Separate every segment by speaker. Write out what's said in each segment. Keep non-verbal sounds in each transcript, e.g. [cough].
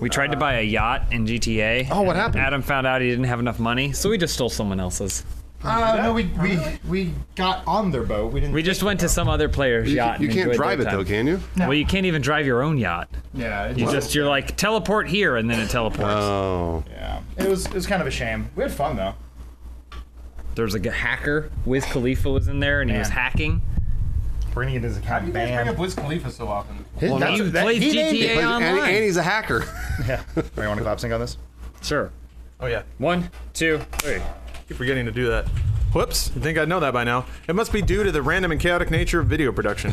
Speaker 1: We tried to buy a yacht in GTA.
Speaker 2: Oh, what happened?
Speaker 1: Adam found out he didn't have enough money, so we just stole someone else's.
Speaker 3: Uh, no, we, we we got on their boat. We didn't.
Speaker 1: We just went to some other player's
Speaker 4: You,
Speaker 1: yacht.
Speaker 4: you
Speaker 1: and
Speaker 4: can't
Speaker 1: enjoyed
Speaker 4: drive
Speaker 1: their
Speaker 4: it though,
Speaker 1: time.
Speaker 4: can you?
Speaker 1: Well, you can't even drive your own yacht.
Speaker 3: yeah, it
Speaker 1: You
Speaker 3: just-
Speaker 1: just you're like teleport here, and then it teleports.
Speaker 4: Oh,
Speaker 3: yeah. It was it was kind of a shame. We had fun though.
Speaker 1: There's like a hacker. Wiz Khalifa was in there, and he was
Speaker 3: Man.
Speaker 1: hacking.
Speaker 3: Bringing it as a kind of
Speaker 5: You guys bring up
Speaker 3: band.
Speaker 5: Wiz Khalifa so
Speaker 3: [laughs]
Speaker 5: often.
Speaker 2: His- that's-
Speaker 1: you
Speaker 2: that-
Speaker 1: played
Speaker 2: he named
Speaker 1: GTA
Speaker 2: it.
Speaker 4: But
Speaker 1: online.
Speaker 4: and, and he's a hacker.
Speaker 3: Do you want to clap sync on this?
Speaker 1: Sure.
Speaker 5: Oh yeah,
Speaker 1: One, two, three.
Speaker 5: keep forgetting to do that. Whoops! I think I know that by now. It must be due to the random and chaotic nature of video production.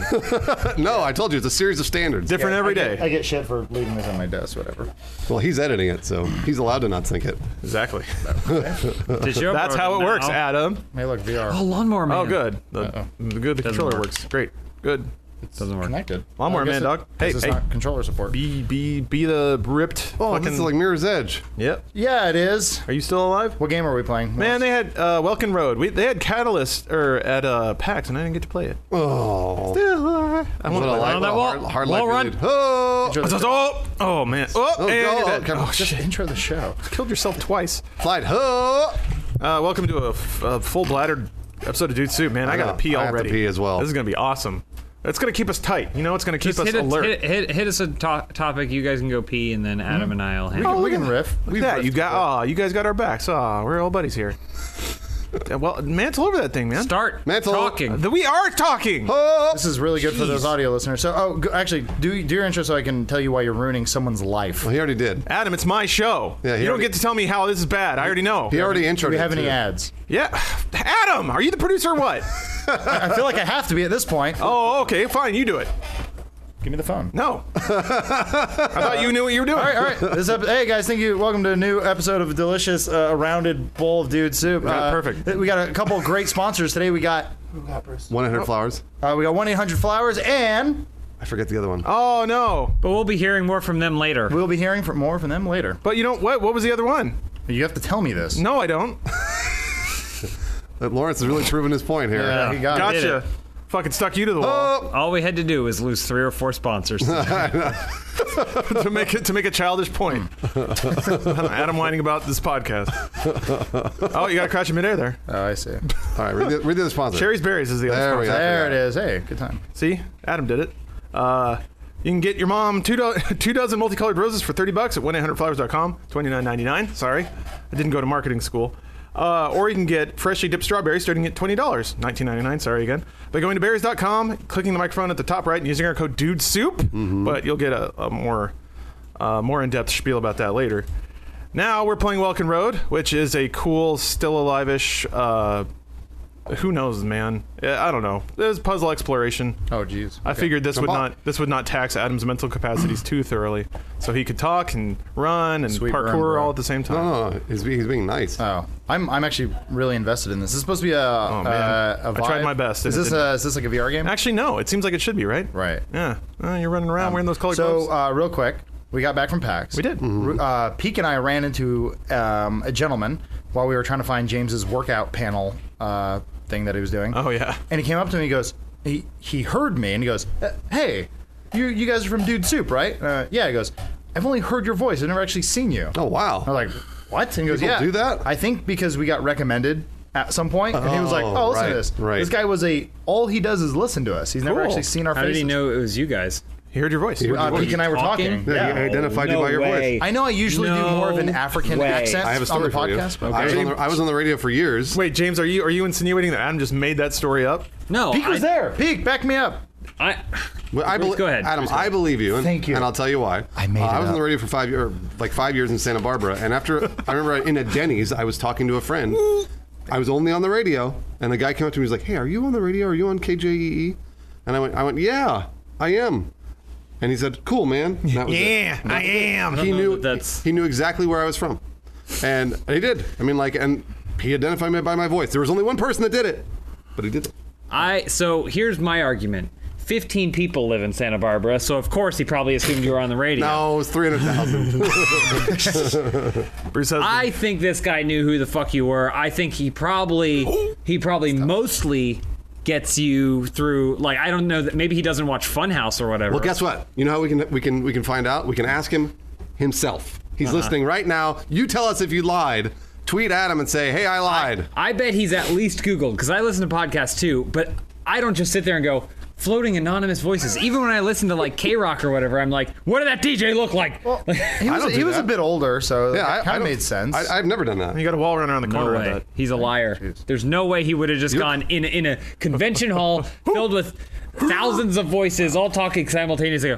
Speaker 4: no, I told you it's a series of standards.
Speaker 5: Different every day.
Speaker 3: I get shit for leaving this on my desk, whatever.
Speaker 4: Well, he's editing it, so he's allowed to not sync it.
Speaker 5: Exactly.
Speaker 1: Did you
Speaker 5: That's how it
Speaker 1: upload
Speaker 5: works,
Speaker 1: now?
Speaker 5: Adam.
Speaker 3: Hey, look, VR.
Speaker 1: Oh, lawnmower man.
Speaker 5: Oh, good. The, the good the controller
Speaker 1: work.
Speaker 5: works. Great. Good.
Speaker 1: Doesn't work.
Speaker 3: connected.
Speaker 5: Lawnmower
Speaker 3: I guess
Speaker 5: man,
Speaker 3: it-
Speaker 5: dog.
Speaker 3: guess
Speaker 5: Hey,
Speaker 3: it's
Speaker 5: hey.
Speaker 3: not controller support.
Speaker 5: Be be be the ripped.
Speaker 4: Oh,
Speaker 5: fucking,
Speaker 4: this is like Mirror's Edge.
Speaker 5: Yep.
Speaker 3: yeah, it is.
Speaker 5: Are you still alive?
Speaker 3: What game are we playing?
Speaker 5: Man, they had uh, Welkin Road. We, they had Catalyst or at uh, PAX, and I didn't get to play it.
Speaker 4: Oh,
Speaker 5: I
Speaker 4: what
Speaker 5: want
Speaker 4: a
Speaker 5: to play
Speaker 4: life!
Speaker 5: that.
Speaker 4: what a
Speaker 1: wall-
Speaker 4: hard, hard
Speaker 1: wall
Speaker 4: life you
Speaker 1: run.
Speaker 4: lead. Oh,
Speaker 3: Enjoy the-
Speaker 5: Oh, oh man. Oh,
Speaker 4: Oh,
Speaker 5: and
Speaker 4: God.
Speaker 5: you're dead.
Speaker 4: Come on.
Speaker 5: oh
Speaker 3: just
Speaker 5: shit.
Speaker 3: intro the show.
Speaker 5: Killed yourself twice.
Speaker 4: flight. Oh,
Speaker 5: Uh, welcome to a, f- a full bladdered episode of Dude Soup, man. I,
Speaker 4: know.
Speaker 5: gotta pee
Speaker 4: I have to
Speaker 5: already.
Speaker 4: pee as well.
Speaker 5: This is gonna be awesome. It's gonna keep us tight. You know, it's gonna keep
Speaker 1: Just
Speaker 5: us
Speaker 1: hit, a-
Speaker 5: alert.
Speaker 1: hit, hit, hit us a to- topic. You guys can go pee, and then Adam and I'll handle.
Speaker 3: we can riff.
Speaker 5: Oh, Look at that. You got. Aw, you guys got our backs. Aw, we're all buddies
Speaker 4: [laughs]
Speaker 5: here. Yeah, well, mantle over that thing, man. Uh,
Speaker 1: Start
Speaker 4: Mantle.
Speaker 1: talking.
Speaker 5: Th- we are talking.
Speaker 4: oh.
Speaker 3: This is really good for those
Speaker 5: Jeez.
Speaker 3: audio listeners. So, oh, go, actually, do do your intro so I can tell you why you're ruining someone's life.
Speaker 4: Well, he already did.
Speaker 5: Adam, it's my show.
Speaker 4: Yeah, he
Speaker 5: you don't
Speaker 4: already-
Speaker 5: get to tell me how this is bad. I already know.
Speaker 4: He already introed.
Speaker 3: Do we have
Speaker 4: it,
Speaker 3: any
Speaker 4: too.
Speaker 3: ads?
Speaker 5: Yeah, [sighs] Adam, are you the producer
Speaker 4: [laughs]
Speaker 5: or what?
Speaker 3: I feel like I have to be at this point.
Speaker 5: oh, okay, fine, you do it.
Speaker 3: Give me the phone.
Speaker 4: [laughs]
Speaker 5: No, I thought you knew what you were doing.
Speaker 3: All right, all right. This ep- hey guys, thank you. Welcome to a new episode of Delicious uh, Rounded Bowl of Dude Soup. Uh,
Speaker 5: perfect.
Speaker 3: th- We got a couple great sponsors today. We got
Speaker 4: One hundred flowers.
Speaker 3: uh, we got one eight hundred flowers, and
Speaker 4: I forget the other one.
Speaker 5: Oh no,
Speaker 1: But we'll be hearing more from them later.
Speaker 3: we'll be hearing from more from them later.
Speaker 5: but you know what? What was the other one?
Speaker 3: You have to tell me this.
Speaker 5: No, I don't.
Speaker 4: But Lawrence is really proving his point here.
Speaker 3: Yeah, Uh, he got it.
Speaker 1: did
Speaker 5: Gotcha. Fucking stuck you to the wall
Speaker 4: Oh,
Speaker 1: All we had to do was lose three or four
Speaker 4: [laughs]
Speaker 1: sponsors.
Speaker 5: [laughs] to make it to make a childish point. Adam whining about this podcast. Oh, you got to crash in midair there.
Speaker 3: Oh, I see.
Speaker 4: all right. Read the, read the sponsor.
Speaker 5: Cherry's berries is the other.
Speaker 4: There we
Speaker 5: sponsor.
Speaker 4: go.
Speaker 3: There it is. Hey, good time.
Speaker 5: See, Adam did it. Uh, you can get your mom two, do- [laughs] two dozen multicolored roses for 30 bucks at 1-800-flowers.com, 29.99. Sorry, I didn't go to marketing school. Uh, or you can get freshly dipped strawberries starting at $20, 19.99. Sorry again. By going to berries.com, clicking the microphone at the top right, and using our code Dude Soup. But you'll get a, a more uh, more in depth spiel about that later. Now we're playing Welkin Road, which is a cool, still alive-ish. Uh, who knows, man? Uh, I don't know. It's puzzle exploration.
Speaker 3: Oh, jeez.
Speaker 5: I figured this would
Speaker 4: Paul-
Speaker 5: not this would not tax Adam's mental capacities too thoroughly, so he could talk and run and
Speaker 3: Sweet run,
Speaker 5: parkour
Speaker 3: bro.
Speaker 5: all at the same time.
Speaker 4: Oh, he's, be- he's being nice.
Speaker 3: Oh, I'm I'm actually really invested in this. This is supposed to be a, oh,
Speaker 5: man.
Speaker 3: a
Speaker 5: I tried
Speaker 3: vibe.
Speaker 5: my best,
Speaker 3: Is
Speaker 5: and it
Speaker 3: this
Speaker 5: didn't-
Speaker 3: a, is this like a VR game?
Speaker 5: Actually, no. It seems like it should be right.
Speaker 3: right. Um,
Speaker 5: Yeah. Uh, you're running around wearing those colored
Speaker 3: So
Speaker 5: gloves.
Speaker 3: uh, real quick, we got back from PAX.
Speaker 5: we did.
Speaker 3: Uh, Peek and I ran into um, a gentleman while we were trying to find James's workout panel uh, thing that he was doing.
Speaker 5: Oh yeah.
Speaker 3: And he came up to me. He goes, he he heard me, and he goes, "Uh, "Hey, you you guys are from Dude Soup, right? Uh, yeah." He goes, "I've only heard your voice. I've never actually seen you."
Speaker 4: Oh
Speaker 3: I
Speaker 4: wow.
Speaker 3: was like, "What?" And he goes,
Speaker 4: People
Speaker 3: "Yeah,
Speaker 4: do that?
Speaker 3: I think because we got recommended at some point, and he was like,
Speaker 4: Oh,
Speaker 3: "Oh, listen
Speaker 4: right,
Speaker 3: to this.
Speaker 4: right.
Speaker 3: This guy was a all he does is listen to us. He's never
Speaker 5: Cool.
Speaker 3: actually seen our
Speaker 1: How
Speaker 3: faces."
Speaker 1: did he know it was you guys?
Speaker 5: He heard your voice. He heard
Speaker 3: Uh,
Speaker 5: your voice.
Speaker 3: Peek and I were talking.
Speaker 4: Yeah, he identified you by your voice.
Speaker 3: I know I usually do
Speaker 1: No
Speaker 3: more of an African
Speaker 1: way.
Speaker 3: accent
Speaker 4: I have a story
Speaker 3: on the
Speaker 4: for you.
Speaker 3: podcast, but
Speaker 4: I, was on the, I was on the radio for years.
Speaker 5: Wait, James, are you are you insinuating that Adam just made that story up?
Speaker 1: No,
Speaker 3: Peek
Speaker 1: I,
Speaker 3: was there. Peek, back me up.
Speaker 1: I,
Speaker 4: Well, I
Speaker 1: Bruce,
Speaker 4: belie-
Speaker 1: go ahead.
Speaker 4: Adam.
Speaker 1: Bruce, go
Speaker 4: I believe you. And,
Speaker 3: Thank you.
Speaker 4: And I'll tell you why.
Speaker 3: I made
Speaker 4: Uh,
Speaker 3: it
Speaker 4: I was on
Speaker 3: up.
Speaker 4: the radio for five years, like five years in Santa Barbara, and after I remember in a Denny's, I was talking to a friend. I was only on the radio, and the guy came up to me. He was like, "Hey, are you on the radio? Are you on KJEE?" E?" And I went, "I went, yeah, I am." And he said, "Cool, man." And that was it.
Speaker 5: Yeah, I am.
Speaker 4: He
Speaker 1: know
Speaker 4: knew
Speaker 1: that that's-
Speaker 4: he knew exactly where I was from, and and he did. I mean, like, and he identified me by my voice. There was only one person that did it, but he did. it.
Speaker 1: I. So here's my argument. Fifteen people live in Santa Barbara, so of course he probably assumed you were on the radio.
Speaker 4: No, it was three hundred thousand. [laughs]
Speaker 5: Bruce has
Speaker 1: I think this guy knew who the fuck you were. I think he probably he probably mostly gets you through like I don't know that maybe he doesn't watch Funhouse or whatever.
Speaker 4: Well, guess what? You know how we can we can we can find out. We can ask him. himself. He's listening right now. You tell us if you lied. Tweet at him and say, "Hey, I lied."
Speaker 1: I bet he's at least Googled because I listen to podcasts too, but I don't just sit there and go floating anonymous voices. Even when I listen to like K Rock or whatever, I'm like, what did that DJ look like?
Speaker 3: Well,
Speaker 4: [laughs]
Speaker 3: he was,
Speaker 4: don't
Speaker 3: he
Speaker 4: do
Speaker 3: was a
Speaker 4: that.
Speaker 3: bit older, so
Speaker 4: yeah, I,
Speaker 3: that
Speaker 4: I
Speaker 3: kind
Speaker 4: don't-
Speaker 3: of made sense.
Speaker 4: I, have never done that.
Speaker 5: You got a wall runner on the
Speaker 1: no
Speaker 5: corner of
Speaker 1: way.
Speaker 5: that.
Speaker 1: He's a liar. There's no way he would have just gone in in a convention
Speaker 3: [laughs]
Speaker 1: hall filled with thousands of voices all talking simultaneously.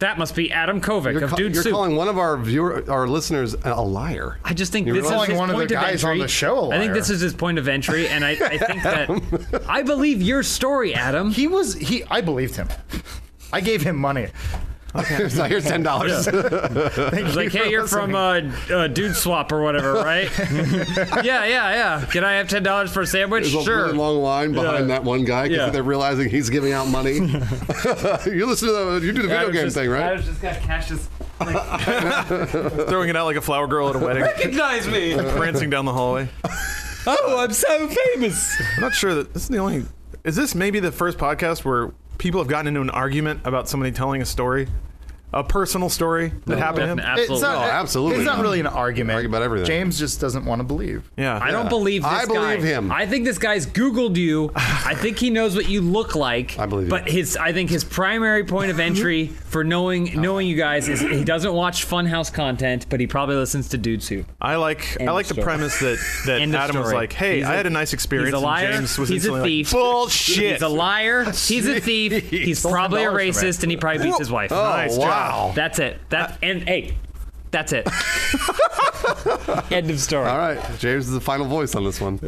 Speaker 1: That must be Adam Kovic
Speaker 4: You're,
Speaker 1: of
Speaker 4: ca-
Speaker 1: Dude
Speaker 4: you're
Speaker 1: Soup.
Speaker 4: calling one of our viewer, our listeners, a a [laughs] liar.
Speaker 1: I just think
Speaker 4: You're
Speaker 1: this is
Speaker 4: calling
Speaker 1: his
Speaker 3: one of the
Speaker 1: point
Speaker 3: guys
Speaker 1: entry.
Speaker 3: on the show a
Speaker 1: I think
Speaker 3: liar.
Speaker 1: this is his point of entry, and I, I think
Speaker 3: [laughs]
Speaker 1: that I believe your story, Adam.
Speaker 3: he was he. I believed him. I gave him money.
Speaker 4: It's like, Here's ten dollars. [laughs]
Speaker 1: He's like, hey, you're from uh, uh, Dude Swap or
Speaker 4: [laughs]
Speaker 1: whatever, right? yeah, yeah, yeah. Can I have ten dollars for a sandwich?
Speaker 4: There's a
Speaker 1: sure.
Speaker 4: really long line behind
Speaker 1: Yeah.
Speaker 4: that one guy because
Speaker 1: Yeah.
Speaker 4: they're realizing he's giving out [laughs] money. you listen to the, you do the video
Speaker 1: Adam's
Speaker 4: game
Speaker 1: just-
Speaker 4: thing, right?
Speaker 1: Adam's just got Cash's.
Speaker 4: [laughs]
Speaker 5: Throwing it out like a flower girl at a wedding,
Speaker 1: Recognize me!
Speaker 5: prancing down the hallway.
Speaker 1: Oh, I'm so famous.
Speaker 5: I'm not sure that this is the only. Is this maybe the first podcast where people have gotten into an argument about somebody telling a story, a personal story that happened to him?
Speaker 1: Absolutely.
Speaker 3: It's not,
Speaker 4: Oh, absolutely
Speaker 3: It's uh, not
Speaker 4: not.
Speaker 3: really an argument.
Speaker 4: Argue about everything.
Speaker 3: James just doesn't want to believe.
Speaker 5: Yeah,
Speaker 1: I don't believe this
Speaker 4: I believe
Speaker 1: guy.
Speaker 4: him.
Speaker 1: I think this guy's Googled you. I think he knows what you look like.
Speaker 4: I believe you.
Speaker 1: But his, I think his primary point of entry for knowing knowing you guys is he doesn't watch Funhouse content, but he probably listens to Dude Soup.
Speaker 5: I like
Speaker 1: End
Speaker 5: I
Speaker 1: of
Speaker 5: like the
Speaker 1: story.
Speaker 5: premise that that
Speaker 1: [laughs] End of
Speaker 5: Adam was
Speaker 1: story.
Speaker 5: like, "Hey,
Speaker 1: He's
Speaker 5: I
Speaker 1: a-
Speaker 5: had a nice experience."
Speaker 1: He's a liar.
Speaker 5: And James was
Speaker 1: he's a
Speaker 5: instantly
Speaker 1: thief.
Speaker 5: Like, Bullshit.
Speaker 1: He's a liar. He's [laughs] a thief. He's probably a
Speaker 3: $12 for me.
Speaker 1: racist, and he probably beats his wife.
Speaker 4: Oh Uh,
Speaker 5: Nice job.
Speaker 4: wow!
Speaker 1: That's it. That and hey, that's
Speaker 4: [laughs]
Speaker 1: it. End of story.
Speaker 4: All right, James is the final voice on this one.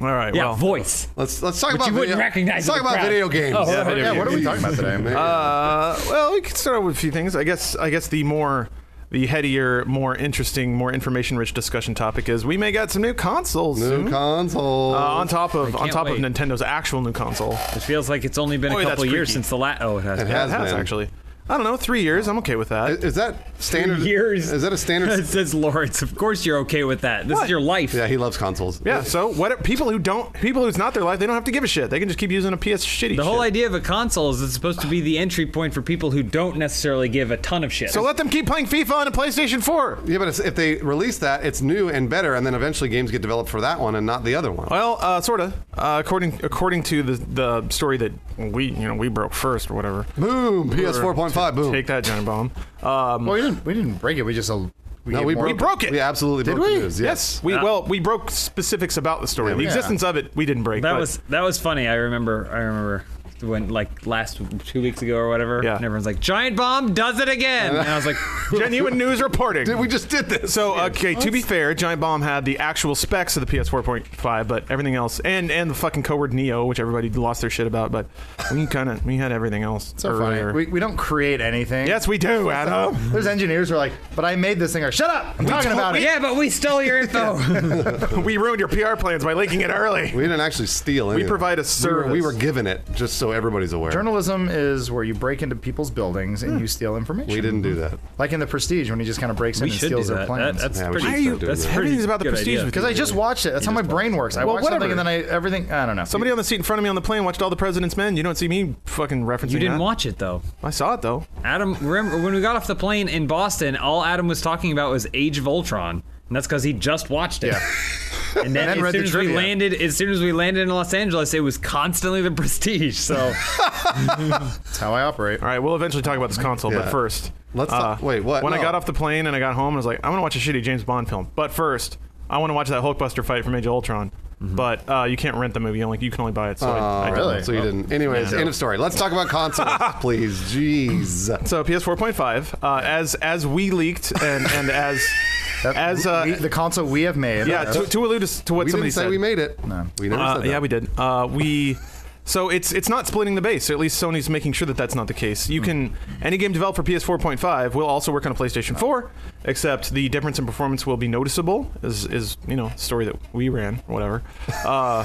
Speaker 5: All right.
Speaker 1: Yeah,
Speaker 5: well,
Speaker 1: voice.
Speaker 4: Let's let's talk
Speaker 1: Which
Speaker 4: about
Speaker 1: you wouldn't
Speaker 4: video,
Speaker 1: recognize
Speaker 4: Let's talk
Speaker 1: in the
Speaker 4: about
Speaker 1: crowd.
Speaker 4: video games.
Speaker 1: Oh, Yeah,
Speaker 5: video
Speaker 3: Yeah, what are we talking about today?
Speaker 4: Man.
Speaker 5: Uh, well, we can start with a few things. I guess. I guess the more, the headier, more interesting, more information-rich discussion topic is we may get some new consoles
Speaker 4: New
Speaker 5: soon.
Speaker 4: console.
Speaker 5: uh, on top of on
Speaker 1: can't
Speaker 5: top of
Speaker 1: wait.
Speaker 5: Nintendo's actual new console.
Speaker 1: It feels like it's only been
Speaker 5: Boy,
Speaker 1: a
Speaker 5: that's
Speaker 1: couple years
Speaker 5: creepy.
Speaker 1: since the last. Oh, it has.
Speaker 4: It
Speaker 1: been.
Speaker 5: That
Speaker 4: has
Speaker 5: has
Speaker 4: been.
Speaker 5: actually. I don't know. Three years. I'm okay with that.
Speaker 4: Is that standard?
Speaker 1: Years.
Speaker 4: Is that a
Speaker 1: It [laughs]
Speaker 4: standard?
Speaker 1: says Lawrence. Of course you're okay with that. This is
Speaker 5: What?
Speaker 1: your life.
Speaker 4: yeah, he loves consoles.
Speaker 5: Yeah. So what? People who don't, people who's not their life, they don't have to give a shit. They can just keep using a PS shitty.
Speaker 1: The whole
Speaker 5: shit.
Speaker 1: idea of a console is it's supposed to be the entry point for people who don't necessarily give a ton of shit.
Speaker 5: So let them keep playing FIFA on a PlayStation 4.
Speaker 4: Yeah, but it's, if they release that, it's new and better, and then eventually games get developed for that one and not the other one.
Speaker 5: Well, uh, sort of. Uh, according according to the the story that we you know we broke first or whatever.
Speaker 4: Boom! PS
Speaker 5: Or
Speaker 4: four point five. Boom.
Speaker 5: Take that, Johnny Bomb. Um,
Speaker 3: Well, we didn't. We didn't break it. We just. uh, We
Speaker 4: no,
Speaker 3: gave
Speaker 4: we
Speaker 3: more-
Speaker 4: broke,
Speaker 5: broke it.
Speaker 4: We absolutely
Speaker 5: did
Speaker 4: broke
Speaker 5: we?
Speaker 4: the news. Yes.
Speaker 5: We well we broke specifics about the story.
Speaker 4: Yeah,
Speaker 5: the
Speaker 4: we-
Speaker 5: existence of it we didn't break.
Speaker 1: That
Speaker 5: but-
Speaker 1: was that was funny. I remember. I remember when like last two weeks ago or whatever.
Speaker 5: Yeah.
Speaker 1: And everyone's like, "Giant bomb does it again," and I
Speaker 4: [laughs]
Speaker 1: was like, [laughs]
Speaker 5: genuine news reporting.
Speaker 4: Dude, we just did this.
Speaker 5: So okay, to be fair, Giant Bomb had the actual specs of the PS4.5, but everything else, and and the fucking code Neo, which everybody lost their shit about, but we kind of we had everything else
Speaker 3: So funny.
Speaker 5: earlier.
Speaker 3: We, we don't create anything.
Speaker 5: yes, we do, Adam.
Speaker 3: [laughs] There's engineers who are like, but I made this thing. Or, Shut up! I'm talking about it.
Speaker 1: "Yeah, but we stole your info."
Speaker 5: we ruined your PR plans by leaking it early.
Speaker 4: We didn't actually steal anything.
Speaker 5: provide a
Speaker 4: We were, we
Speaker 5: service.
Speaker 4: were given it, just so everybody's aware.
Speaker 3: Journalism is where you break into people's buildings and you steal information.
Speaker 4: Hmm. we didn't do that.
Speaker 3: Like in The Prestige, when he just kind of breaks in and steals their plans.
Speaker 1: that's
Speaker 4: Yeah, we
Speaker 1: pretty.
Speaker 4: should start doing
Speaker 1: that's
Speaker 4: that.
Speaker 1: pretty
Speaker 5: Everything's about the
Speaker 1: good
Speaker 5: prestige
Speaker 1: idea.
Speaker 5: with
Speaker 3: Because I just watched it. That's how my brain works. I
Speaker 5: Well,
Speaker 3: watch
Speaker 5: whatever.
Speaker 3: something and then I everything. I don't know.
Speaker 5: Somebody on the seat in front of me on the plane watched all the President's Men. You don't see me fucking referencing.
Speaker 1: You didn't
Speaker 5: that.
Speaker 1: watch it though,
Speaker 5: I saw it though.
Speaker 1: Adam. Remember when we got off the plane in Boston? All Adam was talking about was Age of Ultron, and that's because he just watched it.
Speaker 3: Yeah.
Speaker 1: And then,
Speaker 3: then
Speaker 1: as
Speaker 3: read
Speaker 1: soon
Speaker 3: the
Speaker 1: as we
Speaker 3: trivia.
Speaker 1: landed, as soon as we landed in Los Angeles, it was constantly the [laughs] prestige. So
Speaker 3: That's how I operate.
Speaker 5: All right, we'll eventually talk about this console, but
Speaker 4: Yeah.
Speaker 5: first, uh,
Speaker 4: Let's talk- wait, what?
Speaker 5: When I
Speaker 4: No.
Speaker 5: got off the plane and I got home, I was like, I want to watch a shitty James Bond film, but first, I want to watch that Hulkbuster fight from Age of Ultron. But uh, you can't rent the movie; only you can only buy it. So I, I
Speaker 4: Mm-hmm. Oh,
Speaker 5: don't know.
Speaker 3: really?
Speaker 4: So you didn't. Anyways, end of story. Let's talk about
Speaker 5: [laughs]
Speaker 4: consoles, please. Jeez.
Speaker 5: So PS4.5, uh, as as we leaked and and
Speaker 4: [laughs]
Speaker 5: as
Speaker 3: That-
Speaker 5: as uh,
Speaker 3: we- the console we have made. uh,
Speaker 5: yeah to, to allude to, to what
Speaker 4: We
Speaker 5: somebody
Speaker 4: didn't say
Speaker 5: said.
Speaker 4: we made it.
Speaker 3: No.
Speaker 4: We never
Speaker 5: Uh,
Speaker 4: said that.
Speaker 5: yeah, we did. Uh, we so it's it's not splitting the base. At least Sony's making sure that that's not the case. You can any game developed for PS4.5 will also work on a PlayStation 4, except the difference in performance will be noticeable. Is is you know the story that we ran or whatever. Uh,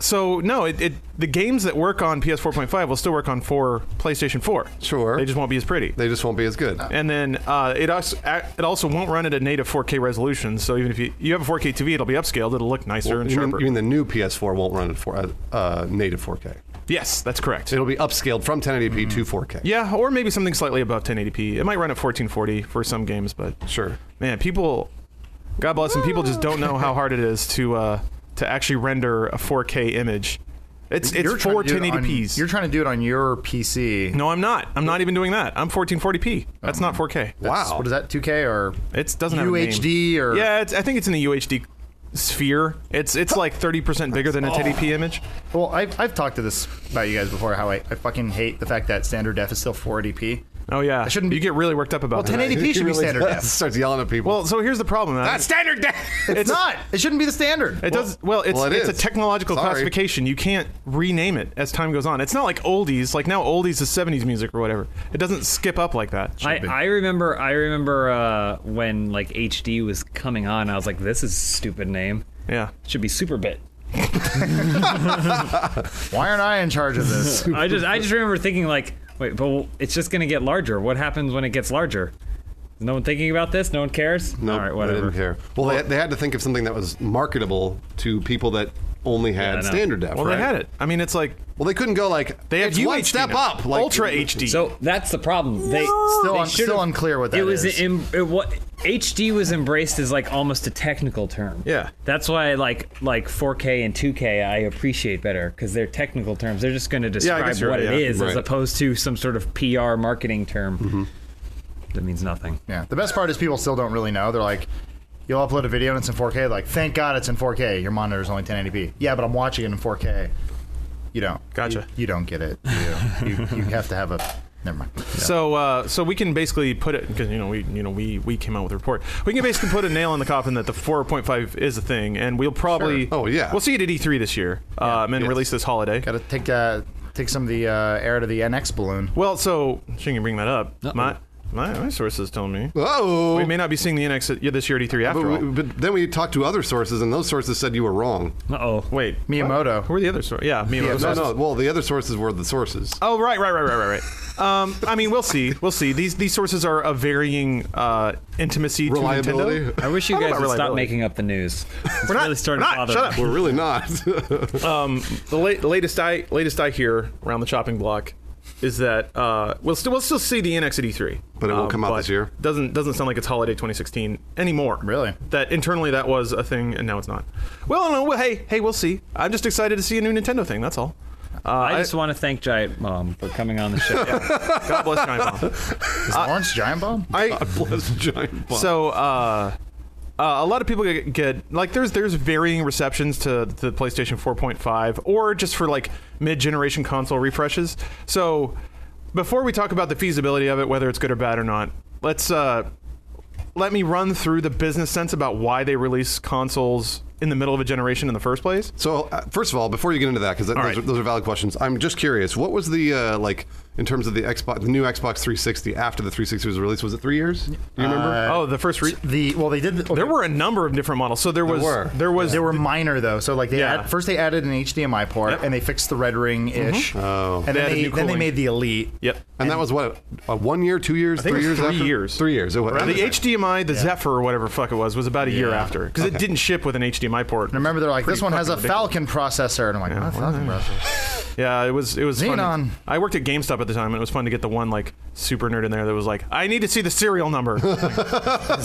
Speaker 5: so no, it, it the games that work on PS4.5 will still work on for PlayStation 4.
Speaker 4: Sure.
Speaker 5: they just won't be as pretty.
Speaker 4: They just won't be as good.
Speaker 5: And then uh, it also it also won't run at a native 4K resolution. So even if you, you have a 4K TV, it'll be upscaled. It'll look nicer and
Speaker 4: you, mean,
Speaker 5: sharper.
Speaker 4: you mean the new PS4 won't run at four, uh, uh, native 4K?
Speaker 5: Yes, that's correct.
Speaker 4: It'll be upscaled from 1080p to 4K.
Speaker 5: Mm-hmm. yeah, or maybe something slightly above 1080p. It might run at 1440 for some games, but
Speaker 4: Sure.
Speaker 5: man, people, God bless them, people just don't know how hard it is to uh, to actually render a 4K image. It's it's
Speaker 3: You're trying
Speaker 5: four
Speaker 3: to do it on-
Speaker 5: 1080p's.
Speaker 3: You're trying to do it on your PC.
Speaker 5: no, I'm not. I'm not even doing that. I'm 1440p. That's not 4K.
Speaker 3: That's-
Speaker 4: Wow.
Speaker 3: What is that? 2K or
Speaker 5: It doesn't have a name.
Speaker 3: UHD or
Speaker 5: yeah, it's, I think it's in the UHD sphere. It's it's like 30% bigger than a 1080p image.
Speaker 3: Well, I've, I've talked to this about you guys before. How I, I fucking hate the fact that standard def is still 480p.
Speaker 5: Oh yeah,
Speaker 3: I shouldn't be-
Speaker 5: You get really worked up about
Speaker 3: Well,
Speaker 5: that.
Speaker 4: [laughs]
Speaker 3: 1080p should be standard def.
Speaker 4: Starts yelling at people.
Speaker 5: Well, so here's the problem.
Speaker 4: That's standard def.
Speaker 3: It's not. It shouldn't be the standard.
Speaker 5: It does well. It's
Speaker 4: well, it
Speaker 5: it's a
Speaker 4: is.
Speaker 5: technological
Speaker 4: Sorry.
Speaker 5: classification. You can't rename it as time goes on. It's not like oldies. Like now, oldies is '70s music or whatever. It doesn't skip up like that.
Speaker 1: I, I remember I remember uh, when like HD was coming on. I was like, this is a stupid name.
Speaker 5: yeah.
Speaker 1: It should be Superbit.
Speaker 3: Why aren't I in charge of
Speaker 5: [laughs]
Speaker 3: this?
Speaker 1: I just I just remember thinking like, wait, but it's just gonna get larger. What happens when it gets larger? Is no one thinking about this? No one cares.
Speaker 4: No,
Speaker 1: All right,
Speaker 4: I
Speaker 1: whatever.
Speaker 4: didn't care. Well, they, they had to think of something that was marketable to people that only had
Speaker 1: I know.
Speaker 4: standard def.
Speaker 5: Well,
Speaker 4: right?
Speaker 5: they had it. I mean, it's like
Speaker 4: Well, they couldn't go like
Speaker 5: they have
Speaker 4: it's one
Speaker 5: UHD
Speaker 4: step
Speaker 5: now.
Speaker 4: up, like
Speaker 5: Ultra HD.
Speaker 1: So that's the problem. They
Speaker 3: Still,
Speaker 1: they
Speaker 3: un-
Speaker 1: should've-
Speaker 3: still unclear what that
Speaker 1: It was
Speaker 3: is.
Speaker 1: em- it, what HD was embraced as like almost a technical term.
Speaker 5: Yeah.
Speaker 1: that's why I like like 4K and 2K I appreciate better because they're technical terms. They're just going to
Speaker 5: I
Speaker 1: describe
Speaker 5: guess you're
Speaker 1: what
Speaker 5: right,
Speaker 1: it
Speaker 5: yeah.
Speaker 1: is as
Speaker 4: Right.
Speaker 1: opposed to some sort of PR marketing term that means nothing.
Speaker 3: yeah. The best part is people still don't really know. They're like, you'll upload a video and it's in 4K. Like, thank God it's in 4K. Your monitor's only 1080p. Yeah, but I'm watching it in 4K. You don't.
Speaker 5: Gotcha.
Speaker 3: You, you don't get it. You, you, you have to have a. Never mind.
Speaker 5: So, uh, so we can basically put it because you know we you know we we came out with a report. We can basically put a nail in the coffin that the 4.5 is a thing, and we'll probably
Speaker 4: Sure. Oh, yeah.
Speaker 5: we'll see it at E3 this year, um, and release this holiday.
Speaker 3: Got to take uh, take some of the uh, air to the NX balloon.
Speaker 5: Well, so she can bring that up. My, my my sources tell me
Speaker 4: Oh,
Speaker 5: we may not be seeing the NX at- yeah, this year at E3
Speaker 4: but,
Speaker 5: after all.
Speaker 4: we- but then we talked to other sources, and those sources said you were wrong.
Speaker 1: Uh oh.
Speaker 5: Wait,
Speaker 3: Miyamoto.
Speaker 5: who are the other sources? Yeah, me.
Speaker 4: No, no. Well, the other sources were the sources.
Speaker 5: Oh, right, right, right, right, right, right. Um, I mean, we'll see. We'll see. These these sources are of varying uh, intimacy
Speaker 4: Reliability.
Speaker 5: to Nintendo.
Speaker 1: I wish you
Speaker 5: I don't
Speaker 1: guys
Speaker 5: know
Speaker 1: would
Speaker 5: about
Speaker 1: stop
Speaker 5: reliability.
Speaker 1: making up the news. It's
Speaker 5: not-
Speaker 1: really starting
Speaker 5: we're
Speaker 1: to
Speaker 5: not.
Speaker 1: bother
Speaker 5: Shut
Speaker 1: me.
Speaker 5: up.
Speaker 4: We're really not. [laughs]
Speaker 5: The late, latest I latest I hear around the chopping block is that uh, we'll still we'll still see the NX at E3,
Speaker 4: But it won't
Speaker 5: Um,
Speaker 4: come out
Speaker 5: but
Speaker 4: this year?
Speaker 5: Doesn't doesn't sound like it's holiday 2016 anymore.
Speaker 3: Really?
Speaker 5: That internally that was a thing, and now it's not. Well, no. Well, hey, hey, we'll see. I'm just excited to see a new Nintendo thing. That's all. Uh,
Speaker 1: I just want to thank Giant Mom for coming on the
Speaker 5: [laughs]
Speaker 1: show.
Speaker 5: God bless Giant Bomb.
Speaker 4: [laughs]
Speaker 3: Is Lawrence Giant Bomb?
Speaker 5: I
Speaker 4: Bless giant. bomb.
Speaker 5: So, uh, uh, a lot of people get, get like there's there's varying receptions to the PlayStation 4.5 or just for like mid-generation console refreshes. So, before we talk about the feasibility of it, whether it's good or bad or not, let's uh, let me run through the business sense about why they release consoles in the middle of a generation in the first place.
Speaker 4: So, uh, first of all, before you get into that, because those,
Speaker 5: right.
Speaker 4: are- those are valid questions, I'm just curious. What was the uh, like in terms of the Xbox, the new Xbox 360 after the 360 was released? Was it three years? Do you remember?
Speaker 5: oh, the first re-
Speaker 3: The well, they did. The,
Speaker 5: there were a number of different models. So there was
Speaker 4: were.
Speaker 5: there was
Speaker 3: They were minor though, so like they
Speaker 5: Yeah.
Speaker 3: add, first they added an HDMI port
Speaker 5: Yep. Mm-hmm.
Speaker 3: and they fixed the red ring ish,
Speaker 4: Oh.
Speaker 3: and
Speaker 5: They
Speaker 3: then
Speaker 5: added
Speaker 3: they,
Speaker 5: new
Speaker 3: then they
Speaker 5: cooling.
Speaker 3: made the elite.
Speaker 5: Yep.
Speaker 4: and that was what uh, one year, two years,
Speaker 5: think
Speaker 4: three
Speaker 5: it was
Speaker 4: years,
Speaker 5: three
Speaker 4: after?
Speaker 5: years.
Speaker 4: three years. It was,
Speaker 5: The HDMI, the Zephyr, or whatever fuck it was, was about a year after because it didn't ship with an HDMI port.
Speaker 3: And remember, they're like,
Speaker 5: Pretty
Speaker 3: this one has a
Speaker 5: fucking ridiculous.
Speaker 3: Falcon processor, and I'm like, not a Falcon processor.
Speaker 5: Yeah, it was it was Fun.
Speaker 3: Xenon.
Speaker 5: I worked at GameStop at the time, and it was fun to get the one like super nerd in there that was like, "I need to see the serial number."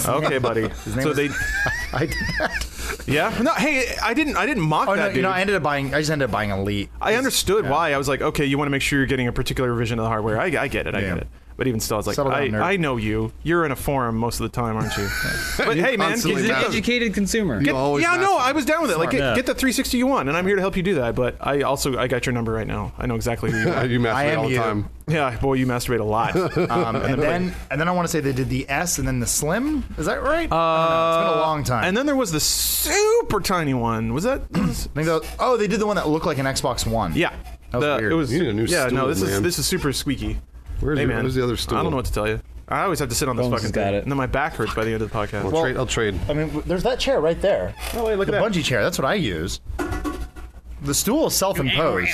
Speaker 5: okay, buddy.
Speaker 3: name
Speaker 5: So
Speaker 3: is-
Speaker 5: they, [laughs]
Speaker 3: I did that.
Speaker 5: yeah, no, hey, I didn't, I didn't mock
Speaker 3: Oh
Speaker 5: that,
Speaker 3: no,
Speaker 5: dude.
Speaker 3: you know, I
Speaker 5: I,
Speaker 3: ended up buying. I just ended up buying
Speaker 5: [laughs]
Speaker 3: elite.
Speaker 5: understood why. I was like, okay, you want to make sure you're getting a particular revision of the hardware. I, I get it, I
Speaker 3: Yeah.
Speaker 5: get it. But even still, I was like,
Speaker 3: Settle down,
Speaker 5: I,
Speaker 3: nerd.
Speaker 5: I know you. You're in a forum most of the time, aren't you? but hey, man,
Speaker 4: constantly
Speaker 5: get-
Speaker 1: He's an
Speaker 4: Yeah.
Speaker 1: educated consumer.
Speaker 4: You always
Speaker 5: yeah,
Speaker 4: ask
Speaker 5: no,
Speaker 4: them.
Speaker 5: I was down with it. Like, get,
Speaker 1: Yeah.
Speaker 5: get the 360 you want, and I'm here to help you do that. But I also, I got your number right now. I know exactly who you
Speaker 4: Uh,
Speaker 5: are.
Speaker 4: you
Speaker 3: I
Speaker 4: masturbate
Speaker 3: am
Speaker 4: all the
Speaker 3: you.
Speaker 4: time.
Speaker 5: yeah, boy, you masturbate a lot.
Speaker 3: Um, and then and then I want to say they did the S and then the Slim. Is that right? Uh, I don't know. It's been a long time.
Speaker 5: and then there was the super tiny one. Was that? [clears throat]
Speaker 3: I think that- oh, they did the one that looked like an Xbox One.
Speaker 5: yeah,
Speaker 3: That was
Speaker 5: The-
Speaker 3: weird.
Speaker 5: it was.
Speaker 4: You need a new
Speaker 5: yeah, no,
Speaker 4: stool,
Speaker 5: this is
Speaker 4: man.
Speaker 5: this is super squeaky.
Speaker 4: Where's
Speaker 5: hey,
Speaker 4: your-
Speaker 5: man,
Speaker 4: where's the other stool?
Speaker 5: I don't know what to tell you. I always have to sit on this
Speaker 1: Bones
Speaker 5: fucking
Speaker 1: has got
Speaker 5: thing,
Speaker 1: it.
Speaker 5: and then my back hurts by the end of the podcast.
Speaker 4: I'll, trade, I'll trade. [laughs]
Speaker 3: I mean, there's that chair right there.
Speaker 5: Oh, wait, look
Speaker 3: the
Speaker 5: at that.
Speaker 3: bungee chair. That's what I use. The stool is self-imposed.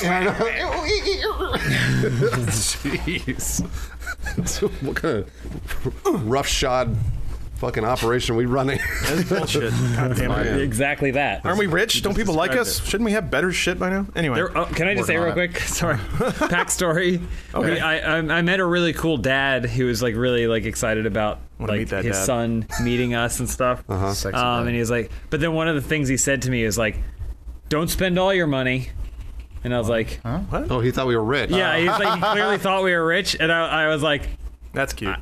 Speaker 4: Jeez. So what kind of roughshod fucking operation we [laughs] run it.
Speaker 5: That's bullshit. God damn it.
Speaker 1: Exactly that.
Speaker 5: Aren't we rich? Don't people like us? Shouldn't we have better shit by now? Anyway,
Speaker 1: There- oh, can I just say real
Speaker 5: Working on
Speaker 1: quick? [laughs]
Speaker 5: [laughs]
Speaker 1: Sorry, backstory.
Speaker 5: Okay.
Speaker 1: We- I, I I met a really cool dad who was like really like excited about
Speaker 5: Wanna
Speaker 1: like
Speaker 5: meet that
Speaker 1: his
Speaker 5: dad.
Speaker 1: son meeting us and stuff. Uh-huh.
Speaker 3: Sexy
Speaker 1: Um,
Speaker 3: dad.
Speaker 1: and he was like, but then one of the things he said to me is like, "Don't spend all your money." And I was like,
Speaker 4: oh, he thought we were rich.
Speaker 1: "Yeah." He was like, he clearly thought we were rich, and I, I was like,
Speaker 5: that's cute.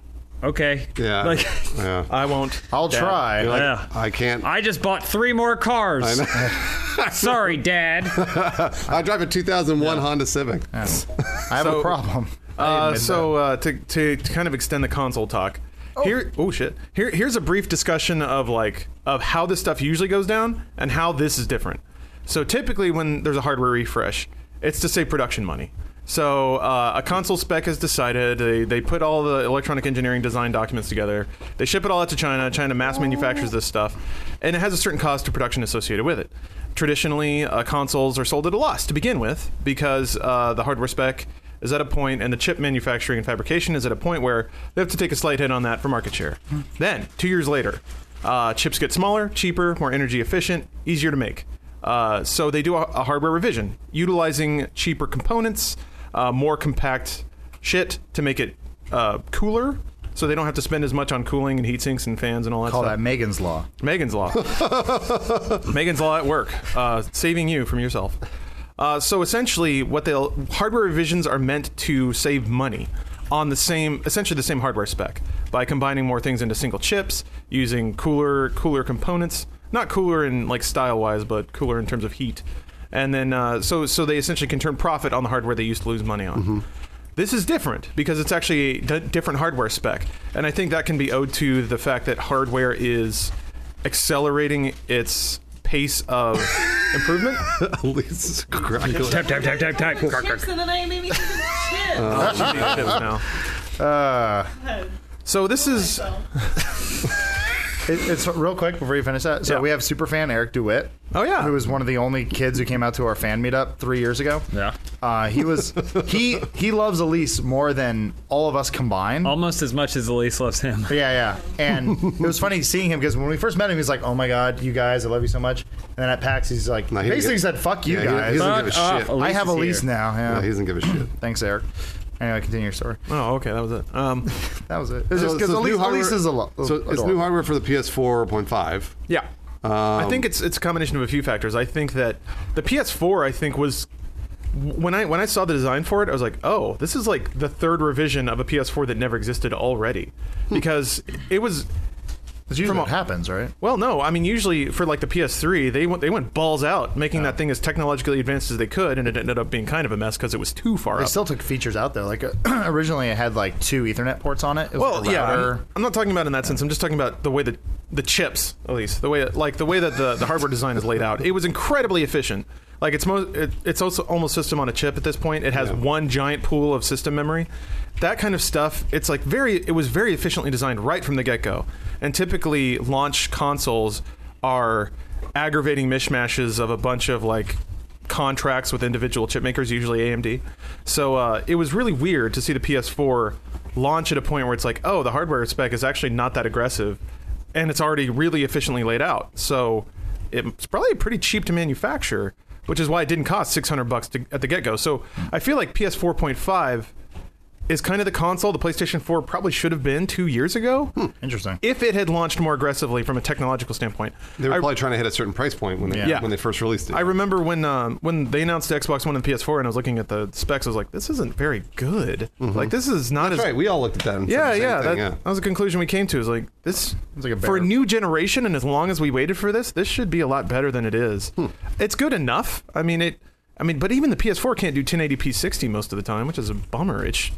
Speaker 1: "Okay."
Speaker 4: Yeah.
Speaker 1: Like,
Speaker 4: [laughs]
Speaker 1: [laughs]
Speaker 4: yeah.
Speaker 5: [laughs] I won't.
Speaker 3: I'll
Speaker 5: Dad.
Speaker 3: try.
Speaker 4: Like,
Speaker 1: yeah.
Speaker 4: I can't. [laughs] I,
Speaker 1: I just bought three more cars. [laughs] Sorry,
Speaker 5: [laughs]
Speaker 1: Dad.
Speaker 4: drive a 2001 Honda Civic.
Speaker 3: I have
Speaker 5: So-
Speaker 3: a problem. I
Speaker 5: Uh,
Speaker 3: admit
Speaker 5: so uh, to, to to kind of extend the console talk here. Oh shit. Here here's a brief discussion of like of how this stuff usually goes down and how this is different. So typically when there's a hardware refresh, it's to save production money. So uh, a console spec is decided. They, they put all the electronic engineering design documents together. They ship it all out to China. China mass manufactures this stuff, and it has a certain cost to production associated with it. Traditionally, uh, consoles are sold at a loss to begin with because uh, the hardware spec is at a point, and the chip manufacturing and fabrication is at a point where they have to take a slight hit on that for market share.
Speaker 3: Hmm.
Speaker 5: Then, two years later, uh, chips get smaller, cheaper, more energy efficient, easier to make. Uh, so they do a, a hardware revision, utilizing cheaper components, uh, more compact shit to make it uh, cooler. So they don't have to spend as much on cooling and heat sinks and fans and all that
Speaker 3: Call
Speaker 5: stuff.
Speaker 3: that Megan's Law.
Speaker 5: Megan's Law. Megan's Law at work, uh, saving you from yourself. Uh, so essentially, what they'll hardware revisions are meant to save money on the same, essentially the same hardware spec by combining more things into single chips, using cooler, cooler components. Not cooler in like style wise, but cooler in terms of heat. And then uh, so so they essentially can turn profit on the hardware they used to lose money on. This is different because it's actually a d- different hardware spec, and I think that can be owed to the fact that hardware is accelerating its pace
Speaker 3: [laughs]
Speaker 5: of
Speaker 4: [laughs]
Speaker 5: improvement.
Speaker 4: Please, congratulations.
Speaker 1: Type, type, type, type, type.
Speaker 2: chips, and then I made me think of chips.
Speaker 5: now.
Speaker 3: Uh,
Speaker 5: So this is
Speaker 3: it, it's real quick before you finish that. So
Speaker 5: Yeah.
Speaker 3: we have superfan Eric DeWitt.
Speaker 5: Oh, yeah.
Speaker 3: who was one of the only kids who came out to our fan meetup three years ago.
Speaker 1: Yeah.
Speaker 3: Uh, he was he he loves Elise more than all of us combined.
Speaker 1: Almost as much as Elise loves him.
Speaker 3: Yeah, yeah. And it was funny seeing him because when we first met him, he was like, "Oh my god, you guys, I love you so much." And then at PAX, he's like,
Speaker 4: No, he didn't
Speaker 3: basically
Speaker 4: get-
Speaker 3: said, "Fuck you
Speaker 4: Yeah, he-
Speaker 3: guys."
Speaker 4: he doesn't
Speaker 1: Fuck
Speaker 4: give a
Speaker 1: off,
Speaker 4: shit.
Speaker 1: Uh, Elise
Speaker 3: I have
Speaker 1: is
Speaker 3: Elise
Speaker 1: here.
Speaker 3: now. Yeah.
Speaker 4: Yeah, he doesn't give a shit.
Speaker 3: Thanks, Eric. Anyway, continue your story.
Speaker 5: oh okay, that was it. Um,
Speaker 3: That was it. It's just
Speaker 4: it's
Speaker 3: because Elise, Elise is a lot.
Speaker 4: So it's new hardware for the PS4 4.5.
Speaker 5: yeah, I
Speaker 3: Um,
Speaker 5: think it's it's a combination of a few factors. I think that the PS4, I think, was when I when I saw the design for it, I was like, oh, this is like the third revision of a PS4 that never existed already, because it was
Speaker 3: Hmm. It's usually
Speaker 5: from
Speaker 3: what
Speaker 5: a-
Speaker 3: happens, right?
Speaker 5: Well, no. I mean, usually for like the PS3, they went they went balls out, making that thing as technologically advanced as they could, and it ended up being kind of a mess because it was too far
Speaker 3: They
Speaker 5: up.
Speaker 3: still took features out though. Like uh, [clears throat] originally, it had like two Ethernet ports on it. it was
Speaker 5: well,
Speaker 3: like a
Speaker 5: yeah.
Speaker 3: router.
Speaker 5: I'm, I'm not talking about in that sense. I'm just talking about the way that the chips, at least the way like the way that the, the hardware design is laid out. It was incredibly efficient. Like it's most it, it's also almost system on a chip at this point. It has one giant pool of system memory. That kind of stuff. It's like very. It was very efficiently designed right from the get go. And typically, launch consoles are aggravating mishmashes of a bunch of like contracts with individual chip makers, usually AMD. So uh, it was really weird to see the PS4 launch at a point where it's like, oh, the hardware spec is actually not that aggressive, and it's already really efficiently laid out. So it's probably pretty cheap to manufacture, which is why it didn't cost 600 bucks to, at the get go. So I feel like PS4.5 is kind of the console the PlayStation 4 probably should have been two years ago.
Speaker 4: Hmm.
Speaker 3: Interesting.
Speaker 5: If it had launched more aggressively from a technological standpoint,
Speaker 4: They were
Speaker 5: I-
Speaker 4: probably trying to hit a certain price point when they
Speaker 5: Yeah.
Speaker 4: when they first released it.
Speaker 5: I remember when um, when they announced the Xbox One and PS4, and I was looking at the specs. I was like, "This isn't very good. Like, this is not
Speaker 4: Mm-hmm. That's
Speaker 5: as
Speaker 4: right. We all looked at that. And said
Speaker 5: yeah,
Speaker 4: the same
Speaker 5: yeah,
Speaker 4: thing,
Speaker 5: that,
Speaker 4: yeah.
Speaker 5: that was the conclusion we came to. Is like this
Speaker 3: It's like a
Speaker 5: for a
Speaker 3: bear.
Speaker 5: new generation, and as long as we waited for this, this should be a lot better than it is.
Speaker 4: Hmm.
Speaker 5: It's good enough. I mean it. I mean, but even the PS4 can't do 1080p 60 most of the time, which is a bummer. It's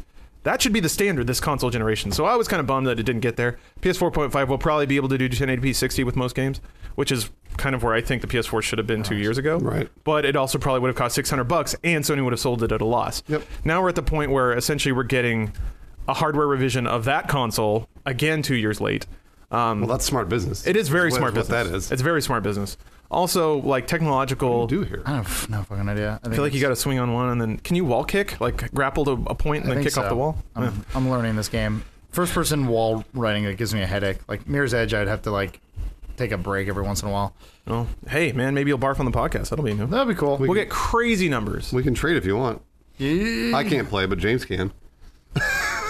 Speaker 5: that should be the standard this console generation. So I was kind of bummed that it didn't get there. PS4.5 will probably be able to do 1080p 60 with most games, which is kind of where I think the PS4 should have been two years ago.
Speaker 4: Right.
Speaker 5: But it also probably would have cost 600 bucks, and Sony would have sold it at a loss.
Speaker 4: Yep.
Speaker 5: Now we're at the point where essentially we're getting a hardware revision of that console again two years late. Um,
Speaker 4: Well, that's smart business.
Speaker 5: it is very
Speaker 4: That's
Speaker 5: smart
Speaker 4: what
Speaker 5: business.
Speaker 4: That is.
Speaker 5: It's very smart business. Also, like technological.
Speaker 4: What do you do here.
Speaker 3: I don't have no fucking idea. I,
Speaker 5: I feel like you got to swing on one, and then can you wall kick? Like grapple to a point and then kick off the wall.
Speaker 3: I'm, I'm learning this game First person wall writing that gives me a headache. Like Mirror's Edge, I'd have to like take a break every once in a while.
Speaker 5: Oh, hey, man, maybe you'll barf on the podcast. That'll be new.
Speaker 3: That'd be cool.
Speaker 5: We'll get crazy numbers.
Speaker 4: We can trade if you want. I can't play, but James can. [laughs]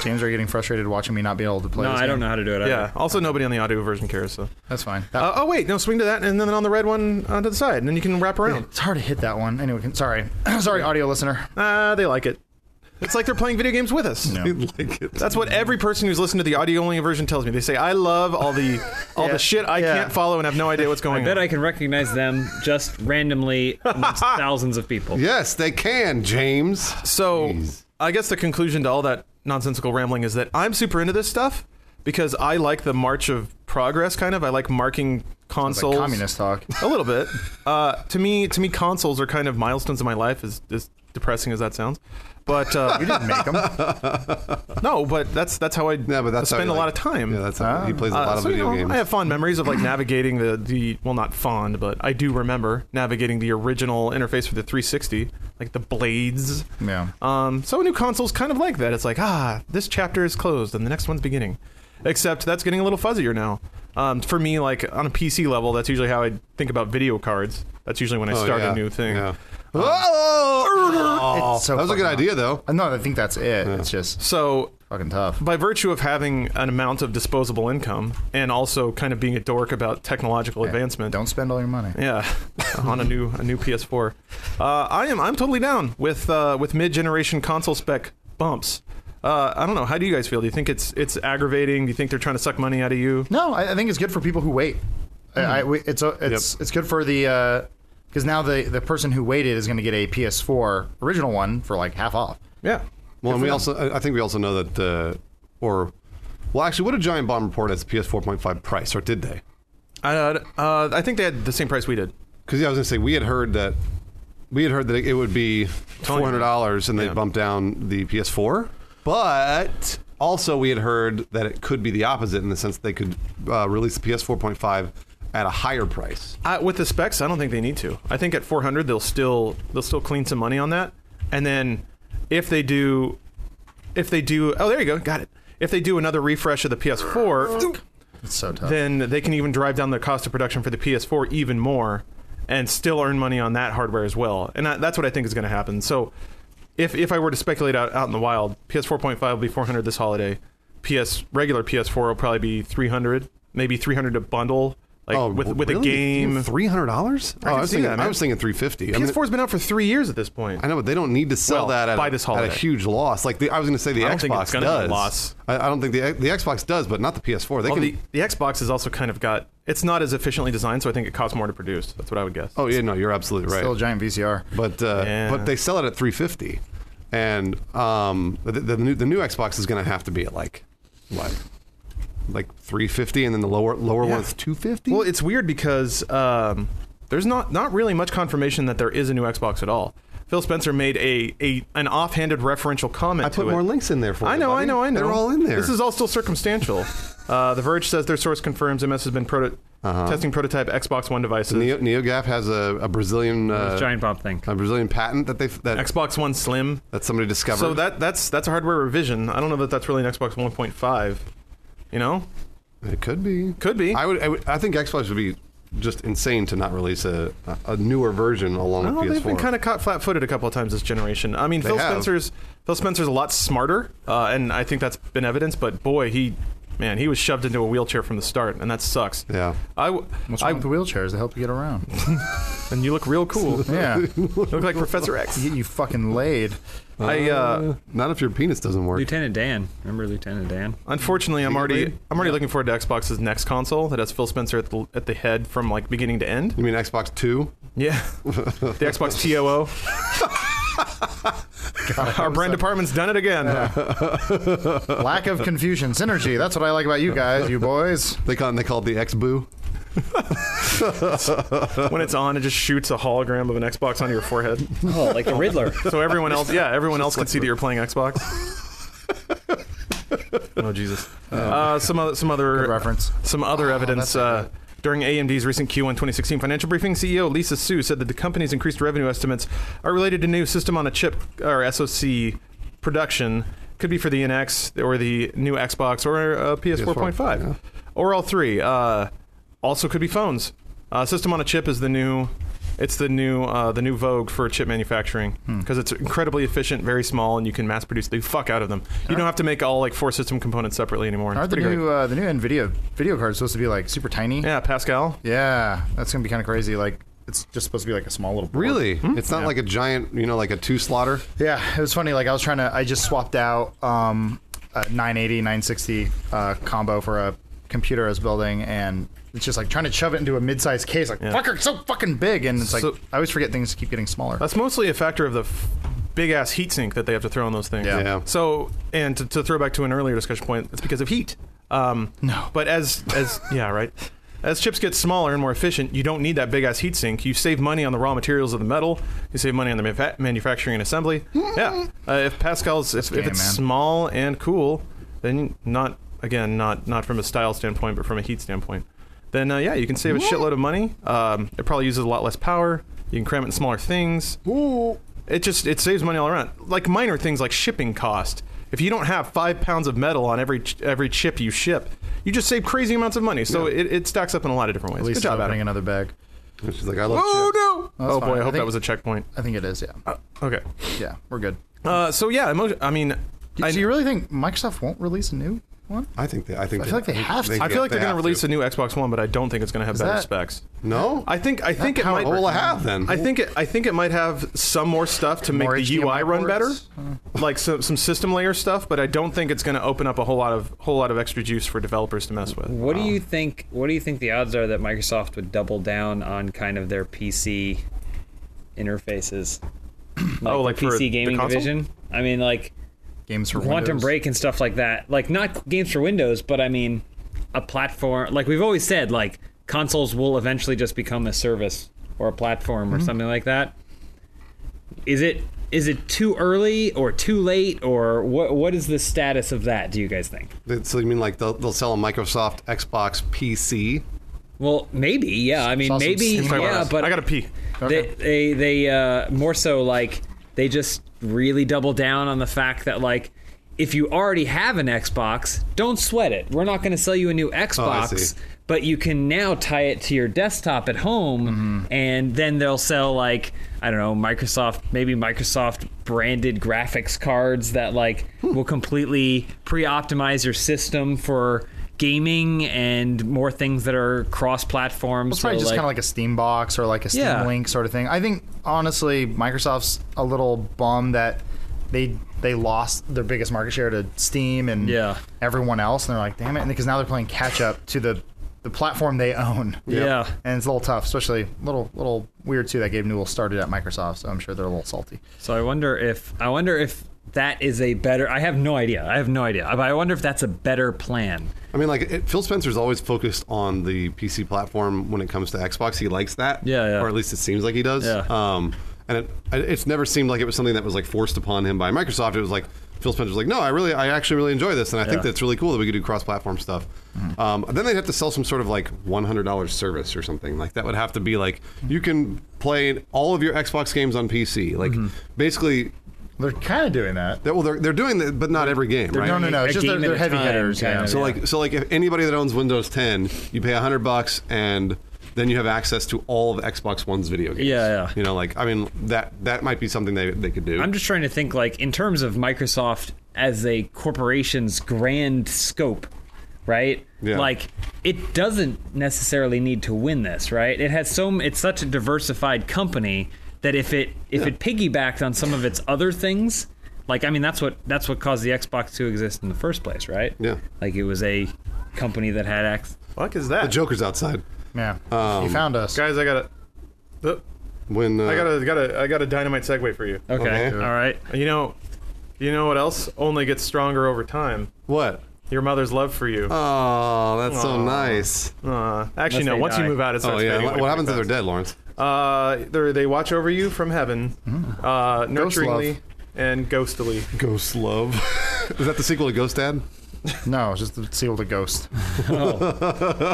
Speaker 3: James are getting frustrated watching me not be able to play.
Speaker 1: No,
Speaker 3: this
Speaker 1: I don't
Speaker 3: game.
Speaker 1: know how to do it. either.
Speaker 5: Yeah. Also, nobody on the audio version cares. So.
Speaker 3: That's fine. That-
Speaker 5: Uh, oh wait, no, swing to that, and then on the red one onto the side, and then you can wrap around.
Speaker 3: it's hard to hit that one. Anyway, can- sorry, [clears throat] sorry, audio listener.
Speaker 5: Ah, they like it. It's like they're playing video games with us.
Speaker 4: I like it.
Speaker 5: That's what every person who's listened to the audio only version tells me. They say, "I love all the all
Speaker 3: Yeah.
Speaker 5: the shit I
Speaker 3: Yeah.
Speaker 5: can't follow and have no idea what's going
Speaker 1: I bet
Speaker 5: on."
Speaker 1: I can recognize them just randomly
Speaker 5: [laughs]
Speaker 1: amongst thousands of people.
Speaker 4: Yes, they can, James.
Speaker 5: [sighs]
Speaker 4: [laughs]
Speaker 5: so,
Speaker 4: Jeez.
Speaker 5: I guess the conclusion to all that nonsensical rambling is that I'm super into this stuff because I like the march of progress. Kind of, I like marking
Speaker 3: It's
Speaker 5: consoles.
Speaker 3: like communist talk.
Speaker 5: A little bit. Uh, to me, to me, consoles are kind of milestones in my life. As, as depressing as that sounds, but uh, you didn't make them. [laughs] no, but that's that's how I
Speaker 4: Yeah, but that's how
Speaker 5: spend
Speaker 4: you
Speaker 5: a lot of
Speaker 4: like-
Speaker 5: time.
Speaker 4: Yeah, that's how he plays a
Speaker 5: Uh,
Speaker 4: lot of
Speaker 5: so,
Speaker 4: video
Speaker 5: you know,
Speaker 4: games.
Speaker 5: I have fond memories of like navigating the the well, not fond, but I do remember navigating the original interface for the 360, like the blades.
Speaker 3: Yeah.
Speaker 5: Um, so a new console's kind of like that. It's like ah, this chapter is closed and the next one's beginning. Except that's getting a little fuzzier now. Um, for me, like on a PC level, that's usually how I think about video cards. That's usually when I
Speaker 4: Oh,
Speaker 5: start
Speaker 4: yeah,
Speaker 5: a new thing.
Speaker 4: yeah. Oh!
Speaker 3: It's so
Speaker 4: that was a
Speaker 3: fucking-
Speaker 4: good idea, though.
Speaker 3: Uh, No, I think that's it. It's just
Speaker 5: So
Speaker 3: fucking tough.
Speaker 5: by virtue of having an amount of disposable income and also kind of being a dork about technological advancement,
Speaker 3: Don't spend all your money.
Speaker 5: Yeah, [laughs] on a new a new PS4. Uh, I am I'm totally down with uh, with mid generation console spec bumps. Uh, I don't know. How do you guys feel? Do you think it's it's aggravating? Do you think they're trying to suck money out of you?
Speaker 3: No, I, I think it's good for people who wait. I I we it's
Speaker 5: Hmm.
Speaker 3: a, it's it's good for the because now the the person who waited is going to get a PS4 original one for like half off.
Speaker 5: Yeah.
Speaker 4: Well, and we also, I I think we also know that, uh, or, well, actually, what did Giant Bomb report as PS 4.5 price, or did they?
Speaker 5: Uh, uh, I think they had the same price we did.
Speaker 4: Because yeah, I was gonna say we had heard that we had heard that it would be four hundred dollars, and they bumped down the PS4. But also, we had heard that it could be the opposite in the sense that they could uh, release the PS4.5 at a higher price.
Speaker 5: I, with the specs, I don't think they need to. I think at 400 they'll still they'll still clean some money on that. And then if they do, if they do, oh there you go, got it. If they do another refresh of the PS4,
Speaker 3: It's so tough.
Speaker 5: then they can even drive down the cost of production for the PS4 even more and still earn money on that hardware as well. And I, that's what I think is going to happen. So if, if I were to speculate out, out in the wild, PS4.5 will be 400 this holiday. PS regular PS4 will probably be 300, maybe 300 a bundle like with with a game.
Speaker 4: Oh, three hundred dollars. Oh, I
Speaker 5: can
Speaker 4: was
Speaker 5: see
Speaker 4: thinking
Speaker 5: that,
Speaker 4: I
Speaker 5: man.
Speaker 4: was thinking three fifty. I, mean,
Speaker 5: PS4's been out for 3 years at this point.
Speaker 4: I know, but they don't need to sell
Speaker 5: Well,
Speaker 4: that at,
Speaker 5: by
Speaker 4: a,
Speaker 5: this
Speaker 4: at a
Speaker 5: holiday.
Speaker 4: huge loss. Like the, I was gonna say, the
Speaker 5: I
Speaker 4: Xbox
Speaker 5: don't think it's gonna be a
Speaker 4: does.
Speaker 5: loss.
Speaker 4: I, I don't think the the Xbox does, but not the PS4. They
Speaker 5: Well,
Speaker 4: can.
Speaker 5: the, the Xbox has also kind of got it's not as efficiently designed, so I think it costs more to produce. That's what I would guess.
Speaker 4: oh yeah, no, you're absolutely right.
Speaker 3: Still a giant VCR.
Speaker 4: but uh,
Speaker 5: Yeah.
Speaker 4: but they sell it at 350 and um, the, the new the new Xbox is going to have to be at like what like 350 and then the lower lower
Speaker 5: Yeah.
Speaker 4: one's 250
Speaker 5: Well, it's weird because um, there's not not really much confirmation that there is a new Xbox at all. Phil Spencer made a, a an offhanded referential comment.
Speaker 4: I put
Speaker 5: to it.
Speaker 4: more links in there for
Speaker 5: I
Speaker 4: you,
Speaker 5: know, I
Speaker 4: buddy.
Speaker 5: know, I know.
Speaker 4: They're all in there.
Speaker 5: This is all still circumstantial.
Speaker 4: [laughs]
Speaker 5: uh, the Verge says their source confirms MS has been proto-
Speaker 4: Uh-huh.
Speaker 5: testing prototype Xbox One devices.
Speaker 4: Neo, NeoGAF has a, a Brazilian uh,
Speaker 1: Giant bomb thing.
Speaker 4: a Brazilian patent that they that
Speaker 5: Xbox One Slim.
Speaker 4: that somebody discovered
Speaker 5: So that that's that's a hardware revision. I don't know that that's really an Xbox 1.5. You know,
Speaker 4: it could be
Speaker 5: could be.
Speaker 4: I would, I would I think Xbox would be just insane to not release a, a newer version along
Speaker 5: Well,
Speaker 4: with PS4
Speaker 5: they've been kind of caught flat-footed a couple of times this generation. I mean, Phil
Speaker 4: have.
Speaker 5: Spencer's Phil Spencer's a lot smarter, uh, and I think that's been evidenced. But boy, he, man, he was shoved into a wheelchair from the start, and that sucks.
Speaker 4: Yeah.
Speaker 5: I, w-
Speaker 3: What's
Speaker 5: I-
Speaker 3: wrong with the wheelchairs? They help you get
Speaker 5: [laughs]
Speaker 3: around.
Speaker 5: and you look real cool. you
Speaker 3: yeah, you
Speaker 5: look like Professor X.
Speaker 3: get you fucking laid.
Speaker 5: I, uh,
Speaker 4: not if your penis doesn't work
Speaker 1: Lieutenant Dan. Remember Lieutenant Dan?
Speaker 5: unfortunately, I'm
Speaker 4: get
Speaker 5: already
Speaker 4: laid?
Speaker 5: I'm already looking forward to Xbox's next console that has Phil Spencer at the, at the head from like beginning to end.
Speaker 4: [laughs] you mean Xbox 2
Speaker 5: Yeah, the Xbox TOO.
Speaker 4: [laughs]
Speaker 5: Our brand department's done it again.
Speaker 3: Lack of confusion, synergy. That's what I like about you guys, you boys.
Speaker 4: they call they called the X boo
Speaker 5: when it's on, it just shoots a hologram of an Xbox onto your forehead.
Speaker 1: [laughs] Oh, like the Riddler.
Speaker 5: So everyone else, yeah, everyone else can see that you're playing Xbox. oh Jesus! Uh, some other, some other
Speaker 3: reference.
Speaker 5: some other evidence.
Speaker 3: Oh, that's not
Speaker 5: Uh, during AMD's recent Q1 2016 financial briefing, CEO Lisa Su said that the company's increased revenue estimates are related to new system on a chip or SoC production Could be for the NX or the new Xbox or uh, PS4.5
Speaker 4: yeah.
Speaker 5: or all three. Uh, also, could be phones. Uh, system on a chip is the new. It's the new uh, the new vogue for chip manufacturing
Speaker 3: Hmm.
Speaker 5: because it's incredibly efficient, very small, and you can mass produce the fuck out of them. You don't have to make all like four system components separately anymore. It's
Speaker 3: Aren't the
Speaker 5: pretty great.
Speaker 3: new uh, the new Nvidia video cards supposed to be like super tiny?
Speaker 5: Yeah, Pascal.
Speaker 3: Yeah, that's gonna be kind of crazy. Like it's just supposed to be like a small little. board.
Speaker 4: Really?
Speaker 5: Hmm?
Speaker 4: It's not like a giant, you know, like a two slaughter.
Speaker 3: Yeah, it was funny. Like I was trying to, I just swapped out um, a 980, 960 uh, combo for a computer I was building, and it's just like trying to shove it into a mid-sized case. Like fucker, it's so fucking big, and it's
Speaker 5: So-
Speaker 3: like I always forget things keep getting smaller.
Speaker 5: That's mostly a factor of the f- big ass heat sink that they have to throw on those things.
Speaker 3: Yeah.
Speaker 4: Yeah.
Speaker 5: So, and to, to throw back to an earlier discussion point, it's because of heat. Um,
Speaker 3: No.
Speaker 5: But as as yeah right, as chips get smaller and more efficient, you don't need that big ass heat sink. You save money on the raw materials of the metal. You save money on the mafa- manufacturing and assembly. Yeah. Uh, if Pascal's if, if
Speaker 3: game,
Speaker 5: it's
Speaker 3: man.
Speaker 5: small and cool, then not again not not from a style standpoint, but from a heat standpoint. Then uh, yeah, you can save a shitload of money. Um, it probably uses a lot less power. You can cram it in smaller things. It just it saves money all around. Like minor things like shipping cost. If you don't have five pounds of metal on every ch- every chip you ship, you just save crazy amounts of money. So it, it stacks up in a lot of different ways.
Speaker 3: At least
Speaker 5: Good job,
Speaker 3: opening
Speaker 5: Adam.
Speaker 3: another bag.
Speaker 4: She's like, I love
Speaker 5: Oh
Speaker 4: chips.
Speaker 5: no!
Speaker 3: that's
Speaker 5: oh boy,
Speaker 3: fine.
Speaker 5: I
Speaker 3: I
Speaker 5: hope that
Speaker 3: think-
Speaker 5: was a checkpoint.
Speaker 3: I think it is. Yeah,
Speaker 5: Okay.
Speaker 3: yeah, we're good.
Speaker 5: Uh, so yeah, emo- I mean, I,
Speaker 3: so you really think Microsoft won't release a new one?
Speaker 4: I think they. I think. I
Speaker 3: feel like they have to.
Speaker 5: I feel like they're going to release a new Xbox One, but I don't think it's going to have better
Speaker 3: that-
Speaker 5: specs.
Speaker 4: No.
Speaker 5: I think I think it
Speaker 3: how
Speaker 5: might.
Speaker 3: it
Speaker 4: Well, I have then.
Speaker 5: I think it. I think it might have some more stuff to make
Speaker 3: More
Speaker 5: the
Speaker 3: HDMI
Speaker 5: UI run better,
Speaker 3: ports?
Speaker 5: [laughs] like some some system layer stuff. But I don't think it's going to open up a whole lot of whole lot of extra juice for developers to mess with.
Speaker 1: What do you think? What do you think the odds are that Microsoft would double down on kind of their PC interfaces?
Speaker 5: Oh,
Speaker 1: the
Speaker 5: like for
Speaker 1: PC
Speaker 5: the
Speaker 1: gaming
Speaker 5: console?
Speaker 1: division. I mean, like
Speaker 3: Games for
Speaker 1: Quantum
Speaker 3: Windows.
Speaker 1: Break and stuff like that. Like not games for Windows, but I mean, a platform. Like we've always said, like consoles will eventually just become a service or a platform
Speaker 3: Mm-hmm.
Speaker 1: or something like that. Is it is it too early or too late or what? What is the status of that? Do you guys think?
Speaker 4: So you mean like they'll, they'll sell a Microsoft Xbox PC?
Speaker 1: Well, maybe. Yeah, I mean,
Speaker 3: Saw some
Speaker 1: maybe.
Speaker 3: steam
Speaker 1: Yeah,
Speaker 3: around.
Speaker 1: but
Speaker 5: I got to pee.
Speaker 1: They they they uh, more so like they just really double down on the fact that like if you already have an Xbox, don't sweat it. We're not going to sell you a
Speaker 3: Oh,
Speaker 1: new Xbox,
Speaker 4: see.
Speaker 1: but you can now tie it to your desktop at home,
Speaker 3: Mm-hmm.
Speaker 1: and then they'll sell like I don't know Microsoft maybe Microsoft branded graphics cards that like
Speaker 3: Hmm.
Speaker 1: will completely pre-optimize your system for gaming and more things that are cross-platform.
Speaker 3: It's probably just kind of like a Steam box or like a Steam
Speaker 1: Yeah.
Speaker 3: Link sort of thing. I think honestly, Microsoft's a little bum that they they lost their biggest market share to Steam and
Speaker 1: Yeah.
Speaker 3: everyone else, and they're like, damn it, because now they're playing catch up to the the platform they own.
Speaker 1: [laughs] Yeah.
Speaker 3: and it's a little tough, especially a little little weird too that Gabe Newell started at Microsoft, so I'm sure they're a little salty.
Speaker 1: So I wonder if I wonder if that is a better. I have no idea. I have no idea. But I wonder if that's a better plan.
Speaker 4: I mean, like it, Phil Spencer's always focused on the PC platform when it comes to Xbox. He likes that,
Speaker 1: Yeah, yeah.
Speaker 4: or at least it seems like he does.
Speaker 1: Yeah.
Speaker 4: Um, and it, I- it's never seemed like it was something that was like forced upon him by Microsoft. It was like Phil Spencer's like, no, I really, I actually really enjoy this, and I think
Speaker 1: Yeah. Mm-hmm.
Speaker 4: that's really cool that we could do cross-platform stuff. Um, then they'd have to sell some sort of like one hundred dollars service or something like that. Would have to be like you can play all of your Xbox games on PC, like
Speaker 1: Mm-hmm.
Speaker 4: basically.
Speaker 3: They're kind of doing that.
Speaker 4: They're, well, they're, they're doing that, but not every game, right?
Speaker 3: No, no, no.
Speaker 1: A
Speaker 3: It's just
Speaker 1: game
Speaker 3: they're,
Speaker 1: at a
Speaker 3: they're heavy
Speaker 1: time,
Speaker 3: hitters.
Speaker 1: kind
Speaker 3: Yeah.
Speaker 1: of.
Speaker 4: So like so like if anybody that owns Windows 10, you pay 100 bucks and then you have access to all of Xbox One's video games.
Speaker 1: Yeah, yeah.
Speaker 4: You know, like I mean that that might be something they, they could do.
Speaker 1: I'm just trying to think like in terms of Microsoft as a corporation's grand scope, right?
Speaker 4: Yeah.
Speaker 1: Like it doesn't necessarily need to win this, right? It has so m- it's such a diversified company that if it if it piggybacked on some of its other things, like I mean that's what that's what caused the Xbox to exist in the first place, right?
Speaker 4: Yeah.
Speaker 1: Like it was a company that had ac-
Speaker 5: Fuck is that,
Speaker 4: the Joker's outside.
Speaker 3: yeah.
Speaker 1: um,
Speaker 3: you found us.
Speaker 5: guys? I got to
Speaker 4: When uh,
Speaker 5: I got a got a I got a dynamite segue for you.
Speaker 1: Okay.
Speaker 4: Okay.
Speaker 1: All right.
Speaker 5: You know, you know what else only gets stronger over time.
Speaker 4: what?
Speaker 5: Your mother's love for you.
Speaker 4: Oh, that's so nice.
Speaker 5: Uh, actually,
Speaker 1: Unless
Speaker 5: no.
Speaker 1: they
Speaker 5: Once
Speaker 1: die.
Speaker 5: you move out, it
Speaker 4: Oh
Speaker 5: starts.
Speaker 4: yeah.
Speaker 5: fading
Speaker 4: What,
Speaker 5: away
Speaker 4: what happens if
Speaker 5: pretty
Speaker 4: they're
Speaker 5: fast.
Speaker 4: dead, Lawrence?
Speaker 5: Uh, they're- they watch over you from heaven, uh, nurturingly
Speaker 3: love.
Speaker 5: and ghostily.
Speaker 4: Ghost Love. [laughs] Is that the sequel to Ghost Dad?
Speaker 3: No, it's just the seal to Ghost.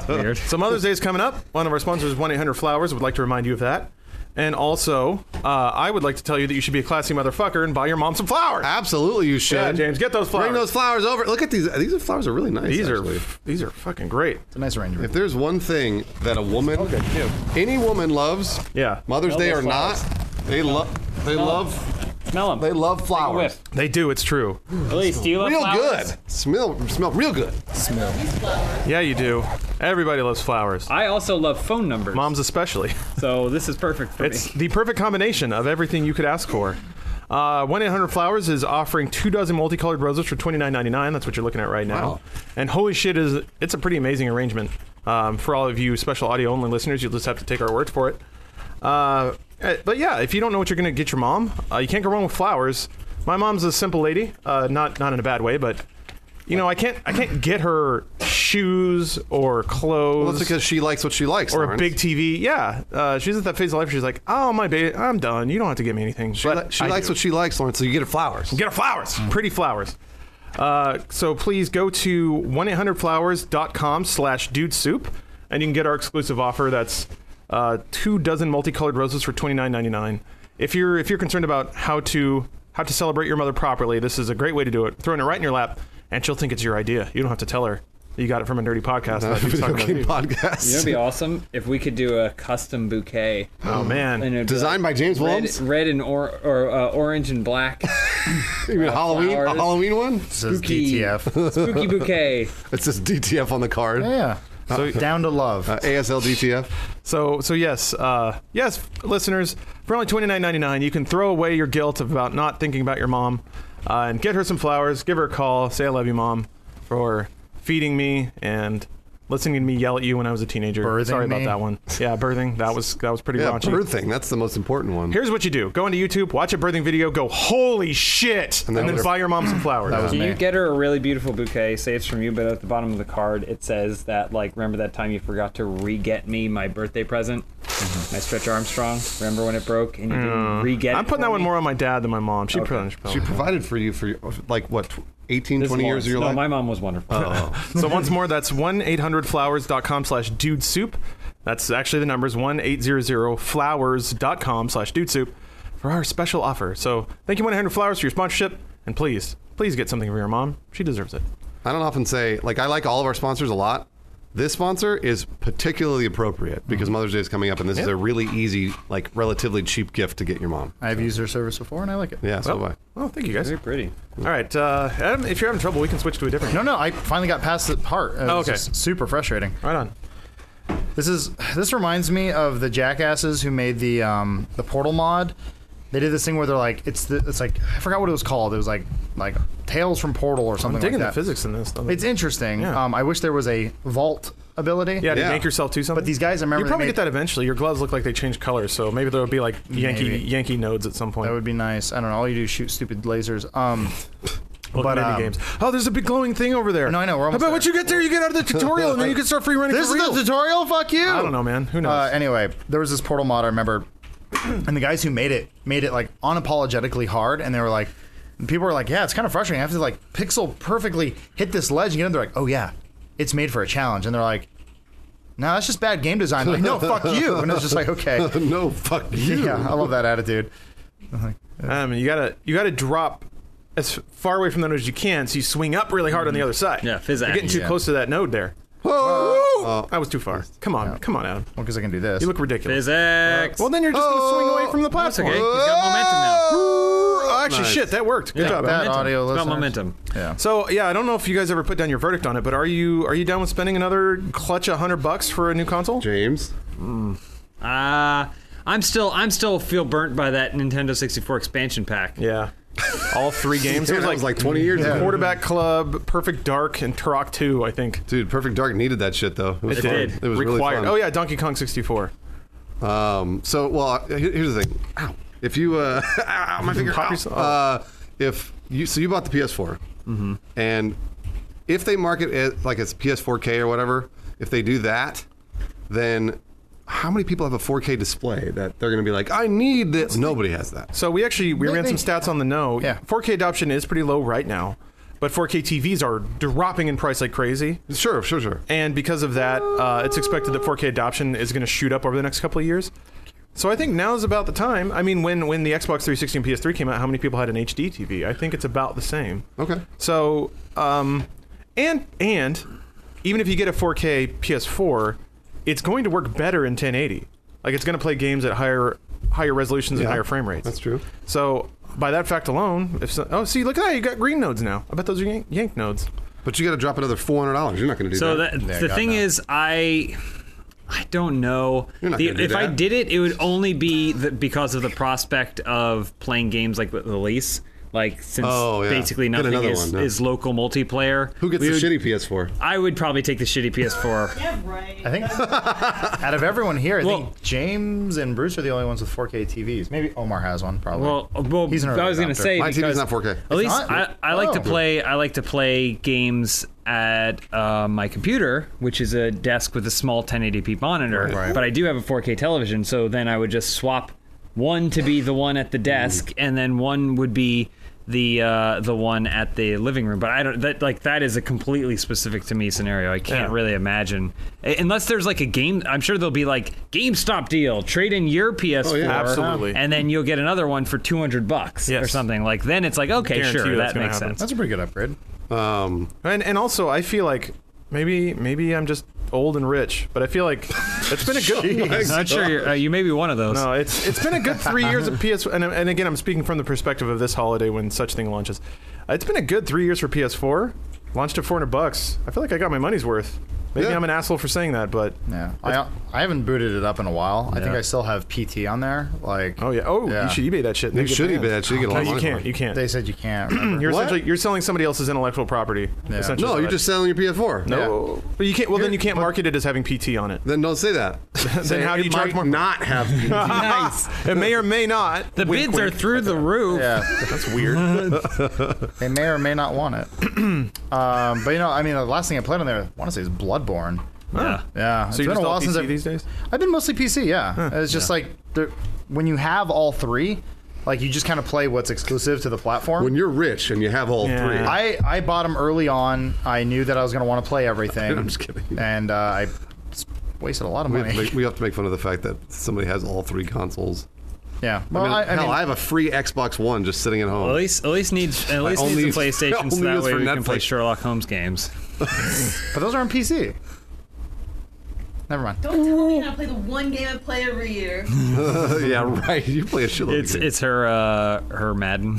Speaker 1: Weird.
Speaker 5: So Mother's Day is coming up. One of our sponsors, 1 800 Flowers, would like to remind you of that. And also, uh, I would like to tell you that you should be a classy motherfucker and buy your mom some flowers.
Speaker 4: Absolutely, you should.
Speaker 5: Yeah, James, get those flowers.
Speaker 4: Bring those flowers over. Look at these. These are flowers are really nice.
Speaker 5: These are
Speaker 4: actually.
Speaker 5: these are fucking great.
Speaker 3: It's a nice arrangement.
Speaker 4: If there's one thing that a woman,
Speaker 5: yeah.
Speaker 4: any woman loves,
Speaker 5: Yeah.
Speaker 4: Mother's Day or
Speaker 1: those flowers.
Speaker 4: not, they love, they love,
Speaker 1: [laughs] Smell Oh,
Speaker 4: they
Speaker 1: them.
Speaker 4: love flowers.
Speaker 1: whiff.
Speaker 5: They do. It's true.
Speaker 1: At least you love
Speaker 4: Real
Speaker 1: flowers?
Speaker 4: good. Smell, smell real good.
Speaker 5: Yeah, you do. Everybody loves flowers.
Speaker 1: I also love phone numbers,
Speaker 5: Moms especially. [laughs]
Speaker 1: so this is perfect for
Speaker 5: It's
Speaker 1: me.
Speaker 5: the perfect combination of everything you could ask for. Uh, 1-800-Flowers is offering two dozen multicolored roses for $29.99. That's what you're looking at right now.
Speaker 4: Wow.
Speaker 5: And holy shit, is it's a pretty amazing arrangement. Um, for all of you special audio-only listeners, you'll just have to take our word for it. Uh, eh, but yeah, if you don't know what you're going to get your mom, uh, you can't go wrong with flowers. My mom's a simple lady, uh, not not in a bad way, but you know I can't I can't get her shoes or clothes
Speaker 4: Well, that's because she likes what she likes.
Speaker 5: or a
Speaker 4: Lawrence.
Speaker 5: big TV. Yeah, uh, she's at that phase of life. Where she's like, oh my baby, I'm done. You don't have to get me anything.
Speaker 4: She, li- she likes what she likes, Lawrence. So you get her flowers. [laughs]
Speaker 5: Get her flowers, pretty flowers. Uh, so please go to 1-800-flowers.com slash dude soup, and you can get our exclusive offer. That's uh, two dozen multicolored roses for twenty nine ninety nine. If you're if you're concerned about how to how to celebrate your mother properly, this is a great way to do it. Throwing it right in your lap, and she'll think it's your idea. You don't have to tell her. You got it from a nerdy podcast. about dudes talking about
Speaker 4: Okay,
Speaker 1: You
Speaker 5: movies.
Speaker 1: know,
Speaker 4: podcast.
Speaker 1: it'd be awesome if we could do a custom bouquet.
Speaker 5: oh man,
Speaker 1: And it'd be
Speaker 4: Designed by James
Speaker 1: red,
Speaker 4: Williams.
Speaker 1: red and or, or uh, orange and
Speaker 4: [laughs]
Speaker 1: black.
Speaker 4: [laughs] You mean a Halloween? A
Speaker 1: flowers.
Speaker 4: Halloween one?
Speaker 3: says
Speaker 1: spooky.
Speaker 3: DTF.
Speaker 1: Spooky
Speaker 4: [laughs]
Speaker 1: bouquet.
Speaker 4: It says DTF on the card.
Speaker 3: yeah. down to love.
Speaker 4: Uh, ASL DTF.
Speaker 5: So so yes, uh, yes, listeners, for only twenty nine ninety nine, you can throw away your guilt about not thinking about your mom, uh, and get her some flowers, give her a call, say I love you, mom, for feeding me and listening to me yell at you when I was a teenager.
Speaker 3: Birthing
Speaker 5: Sorry about
Speaker 3: me.
Speaker 5: that one. Yeah, birthing. That was that was pretty
Speaker 4: Yeah,
Speaker 5: raunchy.
Speaker 4: bird thing. That's the most important one.
Speaker 5: Here's what you do: go into YouTube, watch a birthing video, go holy shit, and
Speaker 4: And
Speaker 5: then,
Speaker 4: then order-
Speaker 5: buy your mom some flowers.
Speaker 4: Oh,
Speaker 3: was-
Speaker 1: Can you
Speaker 3: Man.
Speaker 1: get her a really beautiful bouquet? Say it's from you, but at the bottom of the card it says that like remember that time you forgot to re-get me my birthday present,
Speaker 4: Mm-hmm.
Speaker 1: my Stretch Armstrong. Remember when it broke and you
Speaker 4: Mm.
Speaker 1: didn't re-get?
Speaker 5: I'm
Speaker 1: it
Speaker 5: putting
Speaker 1: for
Speaker 5: that one
Speaker 1: me?
Speaker 5: more on my dad than my mom. She probably. She
Speaker 4: She
Speaker 5: probably
Speaker 4: provided for you for your, like what tw- 18,
Speaker 1: This
Speaker 4: 20 years
Speaker 1: Lawrence.
Speaker 4: of your
Speaker 1: no,
Speaker 4: life. Oh.
Speaker 1: my mom was wonderful.
Speaker 5: So once more, that's 1-800-Flowers.com slash dude soup. That's actually the numbers, 1-800-Flowers.com slash dude soup for our special offer. So thank you, 1-800-Flowers, for your sponsorship. And please, please get something for your mom. She deserves it.
Speaker 4: I don't often say like I like all of our sponsors a lot. This sponsor is particularly appropriate because
Speaker 5: Mm-hmm.
Speaker 4: Mother's Day is coming up, and this is a really easy, like relatively cheap gift to get your mom.
Speaker 3: I've used their service before and I like it.
Speaker 4: Yeah, so have I.
Speaker 5: Oh, thank you,
Speaker 1: [laughs]
Speaker 5: guys.
Speaker 1: Very pretty.
Speaker 5: All right. Uh, Adam, if you're having trouble, we can switch to a different.
Speaker 3: No, no, I finally got past the part. It
Speaker 5: Oh,
Speaker 3: was
Speaker 5: okay.
Speaker 3: just super frustrating.
Speaker 5: Right on.
Speaker 3: This is this reminds me of the jackasses who made the um, the portal mod. They did this thing where they're like, it's the, it's like I forgot what it was called. It was like like Tales from Portal or something
Speaker 5: I'm digging
Speaker 3: like that.
Speaker 5: the physics in this. though.
Speaker 3: It's interesting.
Speaker 5: Yeah.
Speaker 3: Um, I wish there was a vault ability.
Speaker 5: yeah, to
Speaker 4: Yeah.
Speaker 5: make yourself do something.
Speaker 3: But these guys, I remember
Speaker 5: You
Speaker 3: they
Speaker 5: probably
Speaker 3: made-
Speaker 5: get that eventually. Your gloves look like they changed colors, so maybe there'll be like Yankee
Speaker 3: Maybe.
Speaker 5: Yankee nodes at some point.
Speaker 3: That would be nice. I don't know. All you do is shoot stupid lasers. Um,
Speaker 5: Look
Speaker 3: But,
Speaker 5: at indie
Speaker 3: um,
Speaker 5: games. Oh, there's a big glowing thing over there.
Speaker 3: No, I know, we're
Speaker 5: How
Speaker 3: almost
Speaker 5: about what you
Speaker 3: there.
Speaker 5: get there? You get out of the tutorial, and then you can start free running.
Speaker 3: this
Speaker 5: for
Speaker 3: is
Speaker 5: real.
Speaker 3: the tutorial. Fuck you.
Speaker 5: I don't know, man. Who knows?
Speaker 3: Uh, anyway, there was this portal mod I remember, [clears throat] and the guys who made it made it like unapologetically hard, and they were like, and people were like, yeah, it's kind of frustrating. I have to like pixel perfectly hit this ledge, and get in. They're like, oh yeah, it's made for a challenge, and they're like, no, that's just bad game design. I'm like, no, fuck
Speaker 5: [laughs]
Speaker 3: you. And it's just like, okay,
Speaker 4: [laughs] no, fuck you.
Speaker 3: yeah, I love that attitude.
Speaker 5: um, you gotta you gotta drop as far away from the node as you can, so you swing up really hard on the other side.
Speaker 1: Mm-hmm. Yeah, fizzac.
Speaker 5: You're getting too
Speaker 3: Yeah.
Speaker 5: close to that node there.
Speaker 4: Oh.
Speaker 5: Woo! I was too far. Come on, come on, Adam.
Speaker 3: Well, because I can do this.
Speaker 5: You look ridiculous.
Speaker 1: Physics.
Speaker 5: Well, then you're just gonna swing
Speaker 4: Oh.
Speaker 5: away from the
Speaker 1: that's
Speaker 5: platform.
Speaker 1: okay. He's got momentum now.
Speaker 5: Oh, actually,
Speaker 4: Nice.
Speaker 5: shit, that worked. Good
Speaker 1: Yeah,
Speaker 5: job.
Speaker 3: that
Speaker 5: Adam.
Speaker 1: momentum.
Speaker 3: audio
Speaker 1: It's about
Speaker 3: listeners.
Speaker 1: momentum.
Speaker 3: yeah.
Speaker 5: So yeah, I don't know if you guys ever put down your verdict on it, but are you are you down with spending another clutch a hundred bucks for a new console?
Speaker 4: James.
Speaker 1: Uh, I'm still I'm still feel burnt by that Nintendo 64 expansion pack.
Speaker 5: Yeah.
Speaker 4: [laughs]
Speaker 5: All three games. It
Speaker 4: Dude,
Speaker 5: was
Speaker 4: that
Speaker 5: like,
Speaker 4: was like 20 years ago.
Speaker 5: Quarterback Club, Perfect Dark, and Turok 2, I think.
Speaker 4: Dude, Perfect Dark needed that shit though. It was
Speaker 1: It
Speaker 4: fun.
Speaker 1: did.
Speaker 4: It was
Speaker 5: Required.
Speaker 4: really fun.
Speaker 5: Oh, yeah, Donkey Kong 64.
Speaker 4: Um, so, well, here- here's the thing. Ow. If you, uh, [laughs] ow, my finger.
Speaker 5: Pop
Speaker 4: Ow.
Speaker 5: yourself. Mm-hmm.
Speaker 4: Uh, if you, so you bought the PS4, and if they market it like it's PS4K or whatever, if they do that, then how many people have a 4K display that they're going to be like, I need this? Nobody has that.
Speaker 5: So we actually we ran
Speaker 3: they-
Speaker 5: some stats on the no.
Speaker 3: Yeah.
Speaker 5: 4K adoption is pretty low right now, but 4K TVs are dropping in price like crazy.
Speaker 4: Sure, sure, sure.
Speaker 5: And because of that, uh, it's expected that 4K adoption is going to shoot up over the next couple of years. So I think now's about the time. I mean, when when the Xbox 360 and PS3 came out, how many people had an HD TV? I think it's about the same.
Speaker 4: Okay.
Speaker 5: So, um, and and even if you get a 4K PS4, it's going to work better in 1080. Like it's going to play games at higher higher resolutions and
Speaker 4: Yeah,
Speaker 5: higher frame rates.
Speaker 4: that's true.
Speaker 5: So by that fact alone, if so, oh see, look at that, you got green nodes now. I bet those are yank, yank nodes.
Speaker 4: But you got to drop another four hundred dollars. You're not going to do
Speaker 1: So
Speaker 4: that.
Speaker 1: that,
Speaker 3: Yeah,
Speaker 1: the
Speaker 3: God,
Speaker 1: thing
Speaker 3: no.
Speaker 1: is, I I don't know.
Speaker 4: You're not
Speaker 1: The-
Speaker 4: gonna do
Speaker 1: if I
Speaker 4: that.
Speaker 1: did it, it would only be the, because of the prospect of playing games like with the lease. Like since
Speaker 4: Oh, yeah.
Speaker 1: basically
Speaker 4: Get
Speaker 1: nothing
Speaker 4: another
Speaker 1: is,
Speaker 4: one, yeah.
Speaker 1: is local multiplayer.
Speaker 4: Who gets
Speaker 1: we
Speaker 4: the
Speaker 1: would-
Speaker 4: shitty PS4?
Speaker 1: I would probably take the shitty PS4.
Speaker 2: Yeah, right.
Speaker 3: I think [laughs] out of everyone here, I
Speaker 1: Well-
Speaker 3: think James and Bruce are the only ones with 4K TVs. Maybe Omar has one, probably.
Speaker 1: well, well,
Speaker 3: He's an early
Speaker 1: I was gonna
Speaker 3: adopter.
Speaker 1: say
Speaker 4: My
Speaker 1: because
Speaker 4: TV's not 4K.
Speaker 1: At least
Speaker 3: not?
Speaker 1: I, I like to
Speaker 3: Oh.
Speaker 1: play. I like to play games at uh, my computer, which is a desk with a small 1080p monitor.
Speaker 3: Right.
Speaker 1: But I do have a 4K television, so then I would just swap one to be the one at the desk, and then one would be the uh, the one at the living room. But I don't that like that is a completely specific to me scenario. I can't
Speaker 5: Yeah.
Speaker 1: really imagine A- unless there's like a game. I'm sure there'll be like GameStop deal, trade in your PS4,
Speaker 3: Oh,
Speaker 5: absolutely.
Speaker 1: and then you'll get another one for 200 bucks or
Speaker 5: Yes.
Speaker 1: something. Like then it's like okay,
Speaker 5: Guarantee
Speaker 1: sure,
Speaker 5: you that's
Speaker 1: that
Speaker 5: gonna
Speaker 1: makes
Speaker 5: happen.
Speaker 1: sense.
Speaker 3: That's a pretty good upgrade.
Speaker 4: Um,
Speaker 5: And and also, I feel like maybe maybe I'm just old and rich, but I feel like it's been
Speaker 4: [laughs]
Speaker 5: a good. [laughs]
Speaker 1: I'm not sure you're, uh, you may be one of those.
Speaker 5: No, Oh, it's it's been a good three years of PS. And, and again, I'm speaking from the perspective of this holiday when such thing launches. Uh, It's been a good three years for PS4. Launched at 400 bucks. I feel like I got my money's worth. Maybe
Speaker 4: Yeah.
Speaker 5: I'm an asshole for saying that, but
Speaker 3: Yeah, I, I haven't booted it up in a while. I think I still have PT on there. Like,
Speaker 5: oh yeah, oh
Speaker 3: Yeah.
Speaker 5: you should eBay that shit. and
Speaker 4: You
Speaker 5: get
Speaker 4: should
Speaker 5: banned.
Speaker 4: eBay that shit, you get a
Speaker 5: no,
Speaker 4: lot of
Speaker 5: you
Speaker 4: money
Speaker 5: can't.
Speaker 4: for it.
Speaker 5: You can't.
Speaker 3: they said you
Speaker 5: [clears throat]
Speaker 3: can't. remember.
Speaker 5: you're
Speaker 4: What?
Speaker 5: essentially you're selling somebody else's intellectual property. Essentially,
Speaker 4: no,
Speaker 5: is
Speaker 4: you're
Speaker 5: what
Speaker 4: just
Speaker 5: I-
Speaker 4: selling your PS4.
Speaker 5: no. But you can't. Well, then you can't market it as having PT on it.
Speaker 4: Then don't say that.
Speaker 5: Then how do you
Speaker 4: it
Speaker 5: charge
Speaker 4: might
Speaker 5: more?
Speaker 4: Not have. PT.
Speaker 1: Nice.
Speaker 5: [laughs] It may or may not.
Speaker 1: The
Speaker 5: Wink,
Speaker 1: bids are
Speaker 5: wink.
Speaker 1: through the roof.
Speaker 3: yeah,
Speaker 5: [laughs] That's weird.
Speaker 3: [laughs] they may or may not want it. [clears throat] um, but you know, I mean, the last thing I played on there, I want to say, is Bloodborne.
Speaker 1: Yeah.
Speaker 3: Yeah,
Speaker 5: So you just all PC
Speaker 3: I've-
Speaker 5: these days?
Speaker 3: I've been mostly PC. Yeah, it's just like there, when you have all three, like you just kind of play what's exclusive to the platform.
Speaker 4: when you're rich and you have all
Speaker 5: Yeah.
Speaker 4: three.
Speaker 3: I, I bought them early on. I knew that I was going to want to play
Speaker 5: [laughs]
Speaker 3: everything.
Speaker 4: I'm just kidding.
Speaker 3: And uh, I s- wasted a lot of
Speaker 4: we, have to
Speaker 3: money.
Speaker 4: make, we have to make fun of the fact that somebody has all three consoles.
Speaker 3: yeah. Well, I, I
Speaker 4: hell,
Speaker 3: mean,
Speaker 4: I have a free Xbox One just sitting at home.
Speaker 1: At least, at least needs, at least
Speaker 4: only-
Speaker 1: needs a PlayStation, so
Speaker 4: only
Speaker 1: that
Speaker 4: use
Speaker 1: way
Speaker 4: for
Speaker 1: we can play
Speaker 4: Netflix.
Speaker 1: Sherlock Holmes games.
Speaker 3: but those are on PC. Never mind.
Speaker 2: Don't
Speaker 3: [laughs]
Speaker 2: tell me I play the one game I play every year.
Speaker 4: [laughs] yeah, right. You play a shitload.
Speaker 1: It's,
Speaker 4: of games.
Speaker 1: it's her, uh, her Madden. [laughs]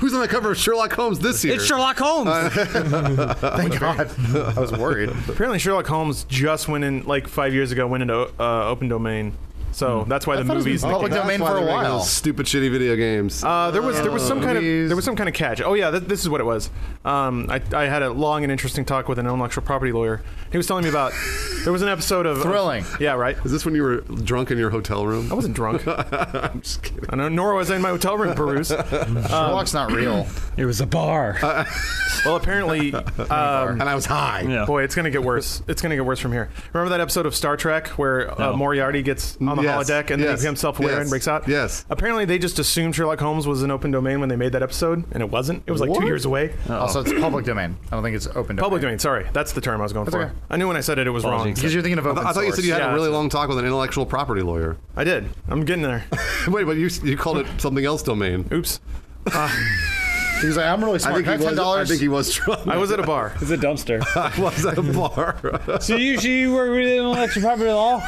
Speaker 4: Who's on the cover of Sherlock Holmes this year?
Speaker 1: it's Sherlock Holmes.
Speaker 5: Uh,
Speaker 3: Thank God. [laughs] I was worried.
Speaker 5: Apparently, Sherlock Holmes just went in like five years ago. Went into uh, open domain, so that's why the
Speaker 3: thought it was
Speaker 5: movies.
Speaker 3: public
Speaker 5: and the-
Speaker 4: That's
Speaker 3: domain
Speaker 4: why
Speaker 3: for
Speaker 4: they're
Speaker 3: a
Speaker 4: making
Speaker 3: while.
Speaker 4: those Stupid shitty video games.
Speaker 5: Uh, there was there was some kind of
Speaker 3: movies.
Speaker 5: there was some kind of catch. Oh yeah, th- this is what it was. Um, I, I had a long and interesting talk with an intellectual property lawyer. He was telling me about there was an episode of
Speaker 3: Thrilling.
Speaker 5: yeah, right.
Speaker 4: Is this when you were drunk in your hotel room?
Speaker 5: I wasn't drunk. I
Speaker 4: I'm just kidding.
Speaker 5: know, nor was I in my hotel room, Peruse.
Speaker 3: Sherlock's not real.
Speaker 1: it was a bar.
Speaker 5: [laughs] Well, apparently, um,
Speaker 4: And I was high.
Speaker 1: yeah.
Speaker 5: boy, it's gonna
Speaker 4: [laughs]
Speaker 5: get worse. It's gonna get worse from here. Remember that episode of Star Trek where uh,
Speaker 1: No.
Speaker 5: Moriarty gets on the
Speaker 4: Yes,
Speaker 5: holodeck and then
Speaker 4: yes,
Speaker 5: he becomes self-aware
Speaker 4: yes,
Speaker 5: and breaks out?
Speaker 4: yes.
Speaker 5: Apparently, they just assumed Sherlock Holmes was an open domain when they made that episode, and it wasn't. It was like two
Speaker 4: What?
Speaker 5: years away.
Speaker 3: Also, it's public domain. I don't think it's open domain.
Speaker 5: Public domain. Sorry, that's the term I was going for.
Speaker 3: okay.
Speaker 5: I knew when I said it, it was wrong.
Speaker 3: Because you're thinking of open
Speaker 4: I thought you said you had
Speaker 5: Yeah,
Speaker 4: a really
Speaker 5: it's-
Speaker 4: long talk with an intellectual property lawyer. [laughs]
Speaker 5: I did. I'm getting there.
Speaker 4: Wait, but you, you called it something else domain.
Speaker 5: Oops.
Speaker 3: He was like, I'm really smart.
Speaker 4: I think,
Speaker 3: Can I
Speaker 4: he
Speaker 3: have $10?
Speaker 4: was, I think he was drunk.
Speaker 5: I was at a bar.
Speaker 1: It's a
Speaker 5: [laughs]
Speaker 1: dumpster.
Speaker 4: [laughs] I was at a bar. [laughs]
Speaker 1: so you, you work with intellectual property law?
Speaker 4: [laughs]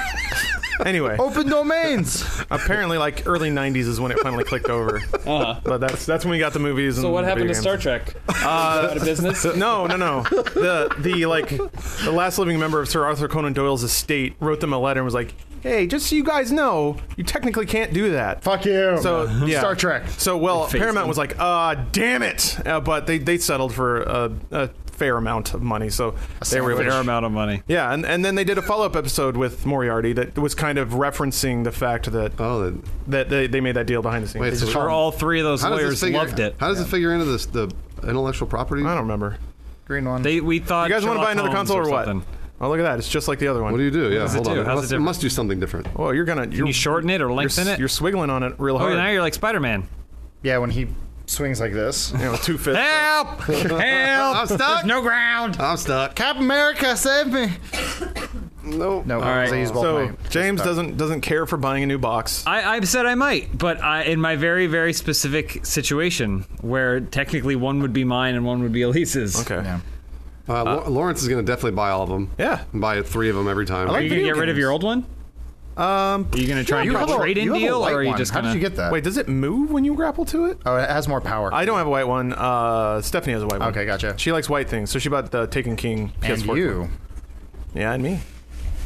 Speaker 5: Anyway,
Speaker 4: Oh.
Speaker 3: open domains.
Speaker 5: apparently, like early '90s is when it finally
Speaker 4: [laughs]
Speaker 5: clicked over. Uh-huh. But that's that's when we got the movies.
Speaker 1: So
Speaker 5: and
Speaker 1: what
Speaker 5: the
Speaker 1: happened to
Speaker 5: video
Speaker 1: Star
Speaker 5: games.
Speaker 1: Trek? Uh, [laughs] out of
Speaker 5: [laughs]
Speaker 1: business.
Speaker 5: No, no, no. The the like the last living member of Sir Arthur Conan Doyle's estate wrote them a letter and was like, "Hey, just so you guys know, you technically can't do that."
Speaker 3: Fuck you.
Speaker 5: So yeah.
Speaker 3: Star Trek.
Speaker 5: So well,
Speaker 1: Uh-huh. Faced
Speaker 5: Paramount
Speaker 1: him.
Speaker 5: was like, "Uh, damn it!" Uh, but they they settled for a, a fair amount of money, so they were able
Speaker 1: Fair
Speaker 5: to
Speaker 1: amount of money.
Speaker 5: Yeah, and, and then they did a follow up episode with Moriarty that was kind of referencing the fact that
Speaker 4: Oh, that,
Speaker 5: that they, they made that deal behind the scenes.
Speaker 4: wait, so
Speaker 1: Sure, all three of those
Speaker 4: how does this
Speaker 1: lawyers
Speaker 4: figure-
Speaker 1: loved it.
Speaker 4: How does it figure into this the intellectual property?
Speaker 5: I don't remember.
Speaker 3: Green one.
Speaker 1: They, we thought
Speaker 5: You guys want to
Speaker 1: Sherlock
Speaker 5: buy another
Speaker 1: Holmes
Speaker 5: console or,
Speaker 1: or
Speaker 5: what?
Speaker 1: something.
Speaker 5: Oh, look at that! It's just like the other one.
Speaker 4: What do you do? Yeah,
Speaker 1: does it
Speaker 4: hold on.
Speaker 1: do?
Speaker 4: It
Speaker 1: How's it
Speaker 4: must, it
Speaker 1: different?
Speaker 4: must do something different.
Speaker 5: Oh, you're gonna you're,
Speaker 1: You shorten it or
Speaker 5: you're,
Speaker 1: lengthen it?
Speaker 5: You're swiggling on it real
Speaker 1: Oh,
Speaker 5: hard.
Speaker 1: now you're like Spider-Man.
Speaker 3: yeah, when he swings like this.
Speaker 5: you know, two fifths.
Speaker 1: Help! [laughs] Help!
Speaker 4: I'm stuck.
Speaker 1: ground.
Speaker 4: I'm stuck.
Speaker 3: Cap America, save me.
Speaker 5: No.
Speaker 3: No,
Speaker 1: right.
Speaker 3: because I used both
Speaker 5: So
Speaker 3: my-
Speaker 5: James doesn't doesn't care for buying a new box.
Speaker 1: I, I said I might, but I, in my very, very specific situation where technically one would be mine and one would be Elise's.
Speaker 5: Okay.
Speaker 3: Yeah.
Speaker 4: Uh, Lau- Lawrence is going to definitely buy all of them.
Speaker 5: Yeah.
Speaker 4: And buy three of them every time.
Speaker 1: Are you gonna get rid of your old one?
Speaker 5: Um.
Speaker 1: Are you gonna try and
Speaker 3: have
Speaker 1: do a
Speaker 3: a-
Speaker 1: trade-in
Speaker 3: you have a
Speaker 1: deal,
Speaker 3: white
Speaker 1: or are you
Speaker 3: one.
Speaker 1: just
Speaker 3: How
Speaker 1: gonna?
Speaker 3: did you get that?
Speaker 5: Wait, does it move when you grapple to it?
Speaker 3: Oh, it has more power.
Speaker 5: I don't have a white one. Uh, Stephanie has a white one.
Speaker 3: Okay, gotcha.
Speaker 5: She likes white things, so she bought the Taken King
Speaker 3: and
Speaker 5: PS4.
Speaker 3: you,
Speaker 5: Yeah, and me.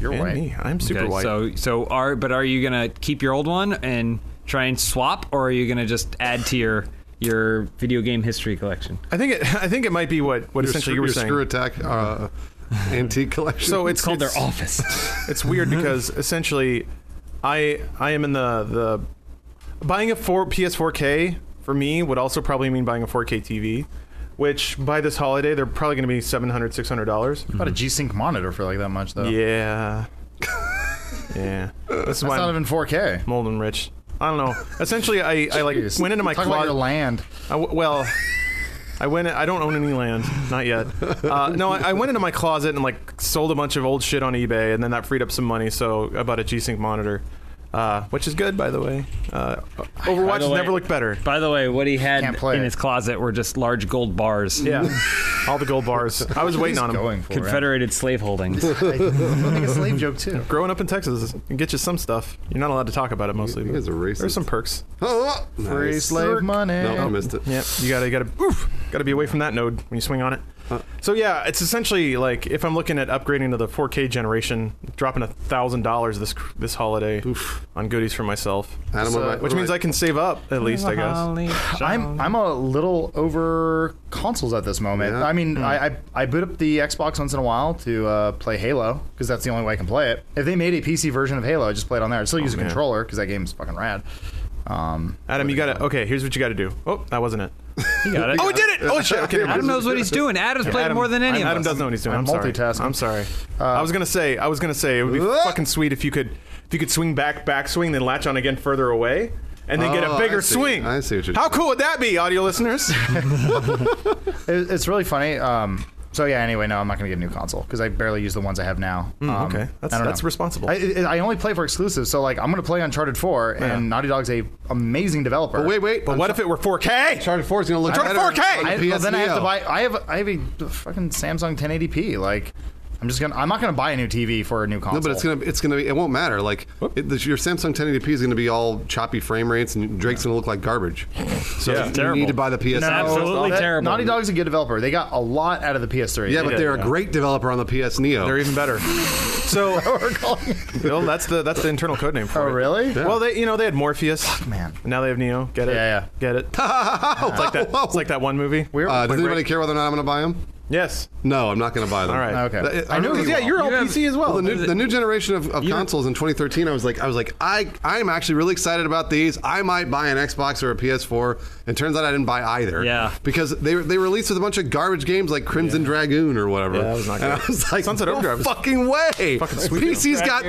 Speaker 3: you're
Speaker 5: And
Speaker 3: white.
Speaker 5: me. I'm super
Speaker 1: Okay,
Speaker 5: white.
Speaker 1: so, so are but are you gonna keep your old one and try and swap, or are you gonna just add to your your video game history collection?
Speaker 5: I think it. [laughs] I think it might be what what
Speaker 4: Your screw-
Speaker 5: essentially you were
Speaker 4: your
Speaker 5: saying.
Speaker 4: screw
Speaker 1: [laughs]
Speaker 4: attack uh, antique collection.
Speaker 5: So it's
Speaker 1: It's called
Speaker 5: it's,
Speaker 1: their office.
Speaker 5: It's weird
Speaker 3: Mm-hmm.
Speaker 5: because essentially, I I am in the the buying a four PS4K for me would also probably mean buying a 4K TV, which by this holiday they're probably going to be 700 600 dollars.
Speaker 3: About a G-Sync monitor for like that much though.
Speaker 5: Yeah, [laughs] yeah. This is
Speaker 3: It's
Speaker 5: why
Speaker 3: not
Speaker 5: I'm
Speaker 3: even 4K.
Speaker 5: mold and rich. I don't know. Essentially, I, I like
Speaker 3: Jeez.
Speaker 5: went into my
Speaker 3: Talk
Speaker 5: closet.
Speaker 3: about your land.
Speaker 5: I w- well, I went. I don't own any land, not yet. Uh, no, I, I went into my closet and like sold a bunch of old shit on eBay, and then that freed up some money. So I bought a G-Sync monitor, uh, which is good, by the way. Uh, Overwatch has
Speaker 1: way-
Speaker 5: never looked better.
Speaker 1: [laughs] By the way, what he had
Speaker 3: Can't play
Speaker 1: in
Speaker 3: it.
Speaker 1: his closet were just large gold bars.
Speaker 5: Yeah, all the gold bars. I was waiting on them.
Speaker 3: Going for
Speaker 1: Confederated slave holdings.
Speaker 3: [laughs] it.
Speaker 5: [laughs]
Speaker 3: Make a slave joke too.
Speaker 5: Growing up in Texas, you get you some stuff. You're not allowed to talk about it mostly.
Speaker 4: you
Speaker 5: but
Speaker 4: guys are racist.
Speaker 5: There's some perks.
Speaker 4: [laughs] oh, oh,
Speaker 3: Free
Speaker 4: nice.
Speaker 3: slave money.
Speaker 4: No, I missed it.
Speaker 5: Yep, you gotta gotta oof, gotta be away from that node when you swing on it. So yeah, it's essentially like if I'm looking at upgrading to the 4K generation, dropping a thousand dollars this cr- this holiday on goodies for myself,
Speaker 4: Adam, what
Speaker 3: So,
Speaker 4: about-
Speaker 5: which
Speaker 4: what
Speaker 5: means
Speaker 4: about-
Speaker 5: I can save up at least, I guess.
Speaker 3: I'm I'm a little over consoles at this moment.
Speaker 4: Yeah.
Speaker 3: I mean,
Speaker 5: Hmm.
Speaker 3: I, I I boot up the Xbox once in a while to uh, play Halo because that's the only way I can play it. If they made a PC version of Halo, I just play it on there. I still use a
Speaker 5: man.
Speaker 3: controller because that game's fucking rad. Um,
Speaker 5: Adam, you gotta okay. Here's what you gotta do. Oh, that wasn't it.
Speaker 1: He got it.
Speaker 5: [laughs] Oh, it did it. Oh shit. Okay, never mind.
Speaker 1: Adam knows what he's doing. Adam's played
Speaker 5: Adam-
Speaker 1: more than any
Speaker 5: I'm-
Speaker 1: of
Speaker 5: Adam
Speaker 1: us.
Speaker 5: doesn't know what he's doing. I'm,
Speaker 3: I'm
Speaker 5: sorry.
Speaker 3: multitasking.
Speaker 5: I'm sorry. I was gonna say. I was gonna say it would be
Speaker 4: Uh,
Speaker 5: fucking sweet if you could if you could swing back, backswing, then latch on again further away, and then get
Speaker 4: Oh,
Speaker 5: a
Speaker 4: I
Speaker 5: bigger
Speaker 4: see.
Speaker 5: swing.
Speaker 4: I see what you're
Speaker 5: How
Speaker 4: doing.
Speaker 5: cool would that be, audio listeners?
Speaker 3: it, it's really funny. Um, so yeah. Anyway, no, I'm not gonna get a new console because I barely use the ones I have now. um,
Speaker 5: Hmm, okay. That's-
Speaker 3: I don't
Speaker 5: that's
Speaker 3: know.
Speaker 5: responsible.
Speaker 3: I, I I only play for exclusives, so like I'm gonna play Uncharted 4, and Naughty Dog's a amazing developer.
Speaker 4: Wait, wait.
Speaker 5: But what if it were 4K?
Speaker 4: Uncharted 4 is going to look
Speaker 5: Uncharted
Speaker 4: better
Speaker 5: 4K!
Speaker 4: on the
Speaker 3: I, well, then I have to
Speaker 4: PSVR.
Speaker 3: buy. I have I have a fucking Samsung 1080p. Like, I'm just gonna. I'm not gonna buy a new TV for a new console.
Speaker 4: No, but it's gonna it's gonna be it won't matter. Like it, this, your Samsung 1080p is gonna be all choppy frame rates, and Drake's gonna look like garbage. So
Speaker 5: Yeah.
Speaker 4: you
Speaker 1: Terrible.
Speaker 4: need to buy the PS.
Speaker 1: No. absolutely
Speaker 3: that-
Speaker 1: terrible.
Speaker 3: Naughty Dog's a good developer. They got a lot out of the PS3.
Speaker 4: Yeah, but they're a great developer on the PS Neo. [laughs]
Speaker 5: They're even better. [laughs] So,
Speaker 3: We're calling it-
Speaker 5: Bill, that's the that's the internal code name
Speaker 3: [laughs]
Speaker 5: for
Speaker 3: Oh,
Speaker 5: it.
Speaker 3: really?
Speaker 5: Well, they you know they had Morpheus.
Speaker 3: man.
Speaker 5: Now they have Neo. Get it?
Speaker 3: Yeah, yeah.
Speaker 5: Get it? it's like that. It's like that one movie.
Speaker 3: We're-
Speaker 4: uh, does
Speaker 5: Wait,
Speaker 4: anybody
Speaker 5: Rick-
Speaker 4: care whether or not I'm gonna buy them?
Speaker 5: Yes.
Speaker 4: No, I'm not gonna buy them.
Speaker 5: All right.
Speaker 3: Okay.
Speaker 4: That- I
Speaker 3: I know.
Speaker 4: really
Speaker 3: you
Speaker 5: Yeah,
Speaker 3: are.
Speaker 5: you're all
Speaker 1: You have-
Speaker 5: PC as well.
Speaker 4: Well, the new, the new generation of, of consoles in 2013, I was like, I was like, I I'm actually really excited about these. I might buy an Xbox or a PS4. And turns out I didn't buy either.
Speaker 1: Yeah.
Speaker 4: because they they released with a bunch of garbage games like Crimson Dragoon or whatever.
Speaker 5: Yeah, that was not
Speaker 4: And
Speaker 5: good.
Speaker 4: I was like,
Speaker 5: Sunset
Speaker 4: no
Speaker 5: Overdrive was-
Speaker 4: fucking way.
Speaker 5: Fucking sweet.
Speaker 4: PC's got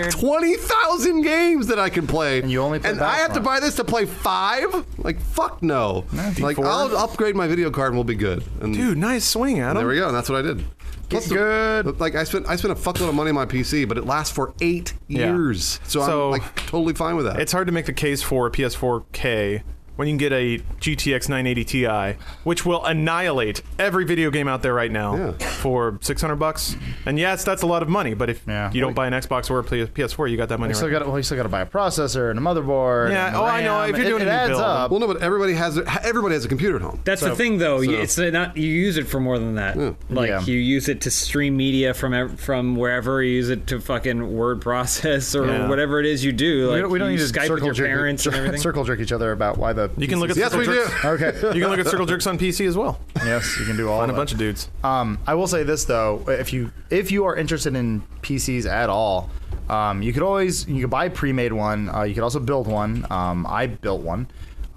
Speaker 4: 20,000 games that I can play,
Speaker 3: And you only play
Speaker 4: and I have to
Speaker 3: Battlefront.
Speaker 4: buy this to play five. Like fuck no. Like
Speaker 5: D4.
Speaker 4: I'll upgrade my video card and we'll be good. And
Speaker 5: Dude, nice swing, Adam.
Speaker 4: there we go. And that's what I did. Plus the-
Speaker 3: good.
Speaker 4: like I spent I spent a fuckload of money on my PC, but it lasts for eight
Speaker 5: Yeah.
Speaker 4: years. So,
Speaker 5: So-
Speaker 4: I'm like totally fine with that.
Speaker 5: It's hard to make the case for a PS4K when you can get a GTX 980 Ti, which will annihilate every video game out there right now
Speaker 4: Yeah.
Speaker 5: for 600 bucks. And yes, that's a lot of money, but if
Speaker 3: Yeah.
Speaker 5: you don't buy an Xbox or a P- PS4, you got that money.
Speaker 3: You still
Speaker 5: Right.
Speaker 3: got. Well, you still got to buy a processor and a motherboard.
Speaker 5: Yeah,
Speaker 3: and
Speaker 5: oh, I know,
Speaker 3: RAM.
Speaker 5: if you're
Speaker 3: It-
Speaker 5: doing
Speaker 3: it,
Speaker 5: a new
Speaker 3: adds
Speaker 5: build.
Speaker 3: up.
Speaker 4: well, no, but everybody has their- everybody has a computer at home.
Speaker 1: That's the thing, though. You- it's uh, not you use it for more than that. Like
Speaker 3: Yeah.
Speaker 1: you use it to stream media from ev- from wherever. You use it to fucking word process or
Speaker 5: Yeah.
Speaker 1: whatever it is you do. Like,
Speaker 3: we don't, we don't
Speaker 1: you
Speaker 3: need to
Speaker 1: Skype
Speaker 3: circle
Speaker 1: with your
Speaker 3: jerk,
Speaker 1: parents
Speaker 3: [laughs]
Speaker 1: and everything.
Speaker 3: circle jerk each other about why the.
Speaker 5: You can look at
Speaker 4: Yes,
Speaker 5: circle
Speaker 4: we do.
Speaker 5: jerks.
Speaker 3: Okay.
Speaker 5: [laughs] You can look at circle jerks on PC as well.
Speaker 3: yes, you can do all.
Speaker 5: On a
Speaker 3: that.
Speaker 5: bunch of dudes.
Speaker 3: Um, I will say this though, if you if you are interested in PCs at all, um, you could always you could buy a pre-made one. Uh, you could also build one. Um, I built one.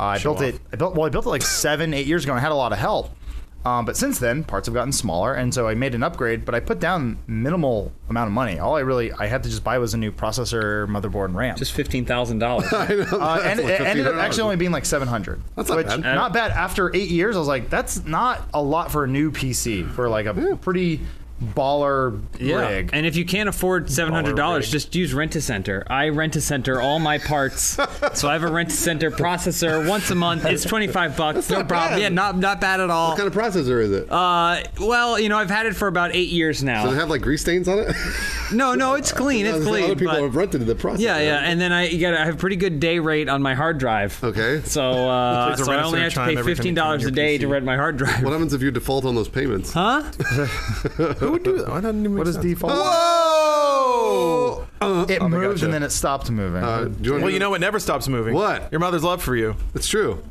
Speaker 3: Uh, I built it. I built well. I built it like seven, eight years ago, and I had a lot of help. Um, but since then, parts have gotten smaller, and so I made an upgrade. But I put down minimal amount of money. All I really I had to just buy was a new processor, motherboard, and RAM.
Speaker 1: Just fifteen thousand dollars.
Speaker 3: Uh, and it ended up
Speaker 4: $1,500.
Speaker 3: actually only being like 700
Speaker 4: That's not
Speaker 3: which
Speaker 4: bad.
Speaker 3: not bad after eight years i was like that's not a lot for a new pc for like a pretty baller
Speaker 1: Yeah.
Speaker 3: rig.
Speaker 1: And if you can't afford seven hundred dollars,
Speaker 5: rig.
Speaker 1: just use Rent a Center. I rent a center all my parts, so I have a Rent a Center processor once a month. It's twenty five bucks, no problem.
Speaker 4: bad.
Speaker 1: Yeah, not not bad at all.
Speaker 4: What kind of processor is it?
Speaker 1: Uh, well, you know, I've had it for about eight years
Speaker 4: Does it
Speaker 1: now.
Speaker 4: have like grease stains on it?
Speaker 1: No, no, it's clean.
Speaker 4: [laughs]
Speaker 1: It's
Speaker 4: A lot
Speaker 1: clean.
Speaker 4: of people
Speaker 1: but-
Speaker 4: have rented the processor.
Speaker 1: yeah, yeah, and then I you got I have a pretty good day rate on my hard drive.
Speaker 4: Okay. [laughs]
Speaker 1: So, uh,
Speaker 5: Please don't
Speaker 1: so
Speaker 5: run
Speaker 1: I
Speaker 5: us
Speaker 1: only
Speaker 5: out
Speaker 1: have
Speaker 5: of
Speaker 1: to
Speaker 5: time
Speaker 1: pay
Speaker 5: every time
Speaker 1: fifteen
Speaker 5: you turn on
Speaker 1: dollars
Speaker 5: your
Speaker 1: a day
Speaker 5: PC.
Speaker 1: to rent my hard drive.
Speaker 4: What happens if you default on those
Speaker 1: [laughs]
Speaker 4: payments?
Speaker 1: Huh?
Speaker 5: Who would do that? Why doesn't it make
Speaker 3: What is
Speaker 5: sense?
Speaker 4: Oh,
Speaker 3: default?
Speaker 4: Whoa! Uh,
Speaker 3: It moved
Speaker 5: gotcha.
Speaker 3: and then it stopped moving.
Speaker 4: uh, do wanna
Speaker 5: Well,
Speaker 4: do-
Speaker 5: you know what never stops moving.
Speaker 4: What?
Speaker 5: Your mother's love for you.
Speaker 4: It's true.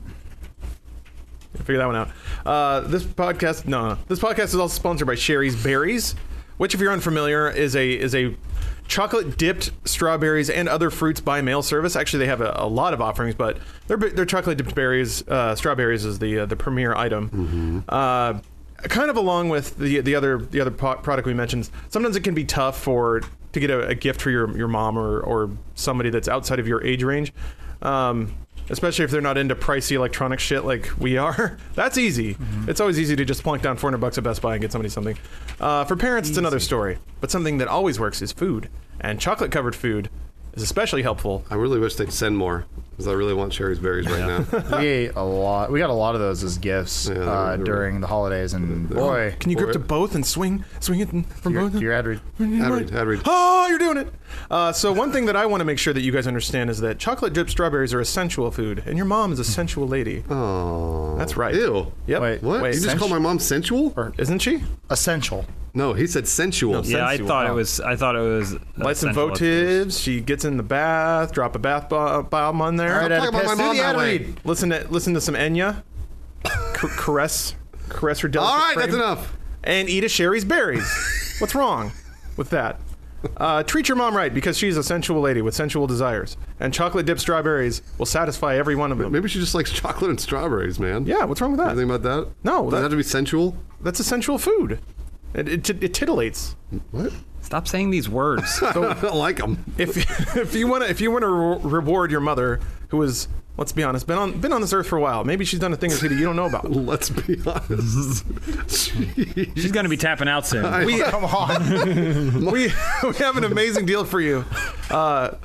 Speaker 5: Figure that one out. Uh, this podcast, no, no, this podcast is also sponsored by Sherry's Berries, which, if you're unfamiliar, is a is a chocolate dipped strawberries and other fruits by mail service. Actually, they have a, a lot of offerings, but their bi- their chocolate dipped berries, uh, strawberries is the uh, the premier item. Uh, kind of along with the the other the other po- product we mentioned, sometimes it can be tough for to get a, a gift for your your mom or or somebody that's outside of your age range. Um, especially if they're not into pricey electronic shit like we are. [laughs] That's easy. It's always easy to just plunk down 400 bucks at Best Buy and get somebody something. Uh, for parents, it's another story. But something that always works is food, and chocolate covered food is especially helpful.
Speaker 4: I really wish they'd send more because I really want Sherry's berries right
Speaker 3: [laughs]
Speaker 4: now.
Speaker 3: we ate a lot. We got a lot of those as gifts
Speaker 4: they were-
Speaker 3: uh,
Speaker 4: they were-
Speaker 3: during the holidays, and boy,
Speaker 5: Can you grip
Speaker 4: Or-
Speaker 5: to both and swing, swing it in- from
Speaker 3: your,
Speaker 5: both?
Speaker 3: your ad read-
Speaker 4: Adrid, Adrid.
Speaker 5: Oh, you're doing it. Uh, so one thing that I want to make sure that you guys understand is that chocolate dipped strawberries are a sensual food, and your mom is a sensual lady.
Speaker 4: Oh,
Speaker 5: That's right.
Speaker 4: Ew.
Speaker 5: Yep.
Speaker 3: Wait,
Speaker 4: What?
Speaker 5: Wait.
Speaker 4: you just
Speaker 3: sensu-
Speaker 4: call my mom sensual?
Speaker 5: Isn't she?
Speaker 3: essential.
Speaker 4: no, he said sensual.
Speaker 1: Yeah, I
Speaker 5: Sensual.
Speaker 1: thought it was. I thought it was.
Speaker 5: Light some
Speaker 1: essential.
Speaker 5: votives. She gets in the bath. Drop a bath bo- bomb on there. E.
Speaker 3: All right,
Speaker 4: talking
Speaker 3: Oedipus,
Speaker 4: about my
Speaker 3: do
Speaker 4: mom
Speaker 3: the
Speaker 4: that
Speaker 3: ad
Speaker 4: way.
Speaker 3: read.
Speaker 5: Listen to listen to some Enya. Ca- caress, caress her delicate
Speaker 4: All right, that's
Speaker 5: frame,
Speaker 4: enough.
Speaker 5: And eat a Sherry's berries. What's wrong with that? Uh, treat your mom right because she's a sensual lady with sensual desires, and chocolate dipped strawberries will satisfy every one of them.
Speaker 4: Maybe she just likes chocolate and strawberries, man.
Speaker 5: Yeah, what's wrong with that?
Speaker 4: Anything about that?
Speaker 5: No,
Speaker 4: Does
Speaker 5: that-
Speaker 4: that have to be sensual?
Speaker 5: That's a sensual food. It, it, tit- it titillates.
Speaker 4: What?
Speaker 1: Stop saying these
Speaker 4: [laughs]
Speaker 1: words.
Speaker 4: I don't like them.
Speaker 5: if [laughs] if you want to if you want to re- reward your mother who is let's be honest been on been on this earth for a while maybe she's done a thing or two that you don't know about
Speaker 4: [laughs] Let's be
Speaker 5: [laughs]
Speaker 4: honest. Jeez.
Speaker 1: She's gonna be tapping out soon.
Speaker 5: we
Speaker 3: Come on,
Speaker 5: we, [laughs] we have an amazing deal for you uh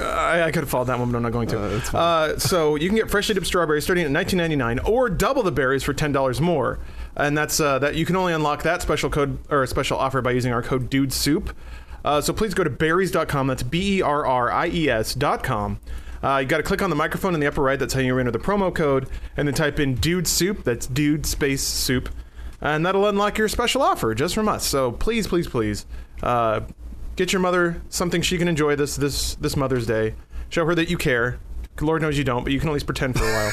Speaker 5: I, I could have followed that one, but I'm not going to. Uh, so you can get freshly dipped strawberries starting at 19.99, or double the berries for ten dollars more. And that's uh, that. You can only unlock that special code or special offer by using our code Dude Soup. Uh, so please go to berries.com. That's b e r r i e s dot com. Uh, you got to click on the microphone in the upper right. That's how you enter the promo code, and then type in Dude Soup. That's Dude Space Soup, and that'll unlock your special offer just from us. So please, please, please. Uh, Get your mother something she can enjoy this this this Mother's Day. Show her that you care. Lord knows you don't, but you can at least pretend for a while.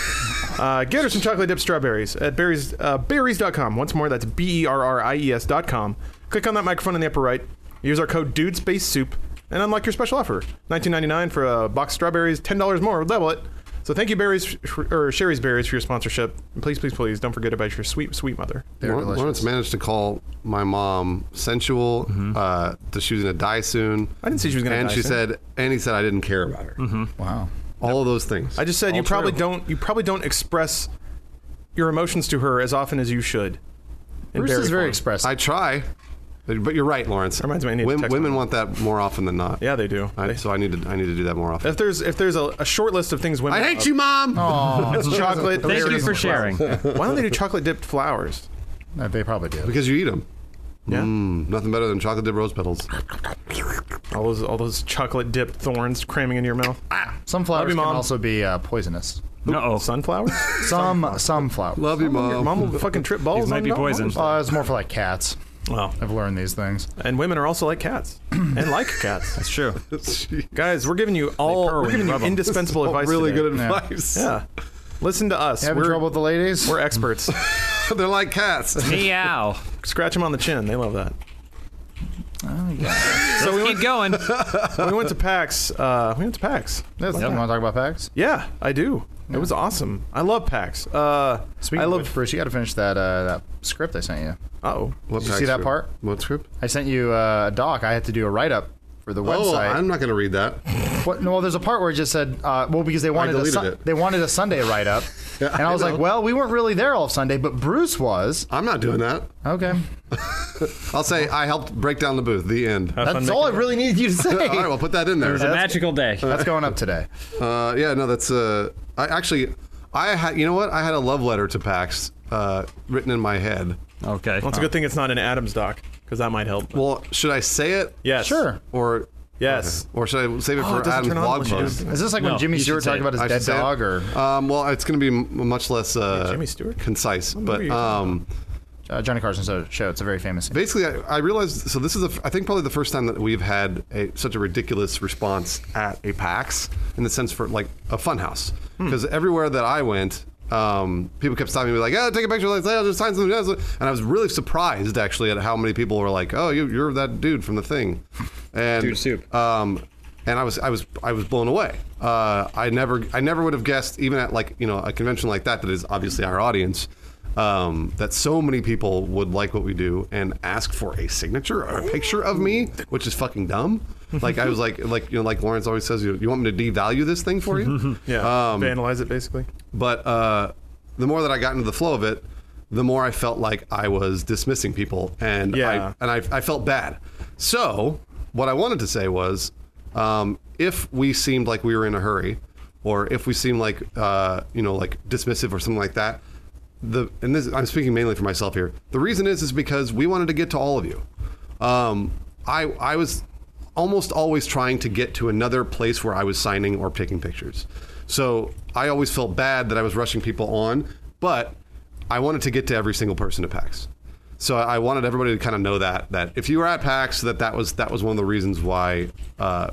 Speaker 5: uh, get her some chocolate dipped strawberries at berries uh, berries.com. Once more, that's b e r r i e s dot com. Click on that microphone in the upper right. Use our code Dude Space Soup and unlock your special offer. Nineteen ninety nine for a box of strawberries. Ten dollars more. Double it. So thank you, Berries or Sherry's Berries, for your sponsorship. And please, please, please don't forget about your sweet, sweet mother.
Speaker 3: They're
Speaker 4: Lawrence
Speaker 3: delicious.
Speaker 4: Lawrence managed to call my mom sensual. Uh, that she was going to die soon.
Speaker 5: Mm-hmm. I didn't see she was gonna
Speaker 4: And
Speaker 5: die
Speaker 4: she
Speaker 5: soon. Mm-hmm.
Speaker 4: said, and he said, I didn't care about her.
Speaker 3: wow.
Speaker 4: All of those things.
Speaker 5: I just said
Speaker 1: All
Speaker 5: you probably
Speaker 1: true.
Speaker 5: don't you probably don't express your emotions to her as often as you should. in
Speaker 3: Bruce is
Speaker 5: berry
Speaker 3: very
Speaker 5: form.
Speaker 3: expressive.
Speaker 4: I try, but but you're right, Lawrence.
Speaker 5: Reminds me, I need to
Speaker 4: Wom-
Speaker 5: text my
Speaker 4: women
Speaker 5: mom.
Speaker 4: want that more often than not.
Speaker 5: Yeah, they do.
Speaker 4: I,
Speaker 5: They-
Speaker 4: so I need to I need to do that more often.
Speaker 5: if there's if there's a, a short list of things women
Speaker 4: I
Speaker 5: [laughs]
Speaker 4: hate you, mom.
Speaker 3: Oh,
Speaker 5: chocolate.
Speaker 1: Thank you
Speaker 5: berries,
Speaker 1: for
Speaker 5: and
Speaker 1: sharing.
Speaker 5: flowers. Why don't they do chocolate dipped flowers?
Speaker 3: Uh, they probably do.
Speaker 4: Because you eat them.
Speaker 5: Yeah,
Speaker 4: Mm, nothing better than chocolate dipped rose petals.
Speaker 5: all those all those chocolate dipped thorns cramming into your mouth.
Speaker 4: Ah.
Speaker 3: Some flowers
Speaker 5: you,
Speaker 3: can
Speaker 5: Mom.
Speaker 3: also be uh, poisonous.
Speaker 1: No,
Speaker 4: [laughs]
Speaker 5: Sunflowers.
Speaker 3: Some some flowers.
Speaker 4: Love you,
Speaker 5: Your
Speaker 4: mom. [laughs]
Speaker 5: mom will fucking trip balls.
Speaker 1: These might
Speaker 5: on
Speaker 1: be
Speaker 5: your-
Speaker 1: poison.
Speaker 3: Uh, it's more for like cats.
Speaker 5: Wow.
Speaker 3: I've learned these things.
Speaker 5: And women are also
Speaker 4: [clears throat]
Speaker 5: like cats and like cats.
Speaker 1: it's true.
Speaker 5: Guys, we're giving you all
Speaker 1: purr
Speaker 5: we're
Speaker 1: when you
Speaker 5: giving you
Speaker 1: rub 'em.
Speaker 5: indispensable
Speaker 4: Oh,
Speaker 5: advice.
Speaker 4: really
Speaker 5: today.
Speaker 4: good
Speaker 3: Yeah.
Speaker 4: advice.
Speaker 5: Yeah. Listen to us.
Speaker 3: Having
Speaker 5: we're,
Speaker 3: trouble with the ladies?
Speaker 5: we're experts.
Speaker 4: [laughs] They're like cats.
Speaker 1: Meow.
Speaker 5: Scratch them on the chin. They love that.
Speaker 1: So we keep
Speaker 4: [laughs]
Speaker 1: going.
Speaker 5: we went to PAX. Uh, we went to PAX.
Speaker 3: That's- You want to talk about facts?
Speaker 5: Yeah, I do. It was awesome. I love PAX. Uh,
Speaker 3: Speaking
Speaker 5: I
Speaker 3: of
Speaker 5: love.
Speaker 3: which, Bruce, you got to finish that uh, that script I sent you.
Speaker 5: oh,
Speaker 4: What
Speaker 3: Did you see that
Speaker 4: text script?
Speaker 3: part?
Speaker 4: What script?
Speaker 3: I sent you uh, a doc. I had to do a write up for the
Speaker 4: Oh,
Speaker 3: website.
Speaker 4: I'm not going to read that.
Speaker 3: What, no, well, there's a part where it just said, uh, well, because they wanted a
Speaker 4: deleted
Speaker 3: sun-
Speaker 4: it. [laughs]
Speaker 3: they wanted a Sunday write up, and I was like, well, we weren't really there all of Sunday, but Bruce was.
Speaker 4: I'm not doing that.
Speaker 3: Okay.
Speaker 4: I'll say I helped break down the booth. The end. all
Speaker 3: That's all I really needed
Speaker 4: [laughs]
Speaker 3: you to say.
Speaker 4: right, well, put that in there.
Speaker 1: It was a magical day.
Speaker 3: That's going up today.
Speaker 4: Uh, yeah, no, that's uh, I actually, I had, you know what? I had a love letter to PAX uh, written in my head.
Speaker 1: Okay.
Speaker 5: Well, it's a good thing it's not an Adams doc because that might help.
Speaker 4: Well, should I say it?
Speaker 5: yes.
Speaker 3: Sure.
Speaker 4: Or
Speaker 5: Yes.
Speaker 4: or should I save it for
Speaker 5: Oh, it doesn't
Speaker 4: Adam's
Speaker 5: turn on
Speaker 4: blog
Speaker 5: unless you
Speaker 4: post?
Speaker 5: do it.
Speaker 3: Is this like
Speaker 1: No,
Speaker 3: when Jimmy
Speaker 1: you should
Speaker 3: Stewart
Speaker 1: say
Speaker 3: talked
Speaker 1: it.
Speaker 3: about his
Speaker 4: I should
Speaker 3: dead
Speaker 4: say it?
Speaker 3: dog or
Speaker 4: Um, well, it's going to be m- much less uh,
Speaker 5: Jimmy Stewart?
Speaker 4: concise,
Speaker 5: remember
Speaker 4: but
Speaker 5: you-
Speaker 4: um,
Speaker 3: uh, Johnny Carson's show? It's a very famous.
Speaker 4: basically, I, I realized. So this is, the f- I think, probably the first time that we've had a, such a ridiculous response at a PAX in the sense for like a funhouse, because everywhere that I went. Um, people kept stopping me like, "Oh, take a picture, let's oh, just sign something." else." And I was really surprised actually at how many people were like, "Oh, you, you're that dude from the thing," and
Speaker 1: Dude Soup.
Speaker 4: Um, and I was I was I was blown away. Uh, I never I never would have guessed even at like you know a convention like that that is obviously our audience um, that so many people would like what we do and ask for a signature or a picture of me, which is fucking dumb. Like I was like like you know like Lawrence always says you, you want me to devalue this thing for you?
Speaker 5: [laughs]
Speaker 4: Um,
Speaker 5: Yeah. Vandalize it basically.
Speaker 4: But uh, the more that I got into the flow of it, the more I felt like I was dismissing people, and
Speaker 5: Yeah.
Speaker 4: I, and I, I felt bad. So what I wanted to say was, um, if we seemed like we were in a hurry, or if we seemed like uh, you know like dismissive or something like that, the and this I'm speaking mainly for myself here. The reason is is because we wanted to get to all of you. Um, I I was almost always trying to get to another place where I was signing or taking pictures. So I always felt bad that I was rushing people on, but I wanted to get to every single person at PAX. So I I wanted everybody to kind of know that that if you were at PAX, that that was that was one of the reasons why. Uh,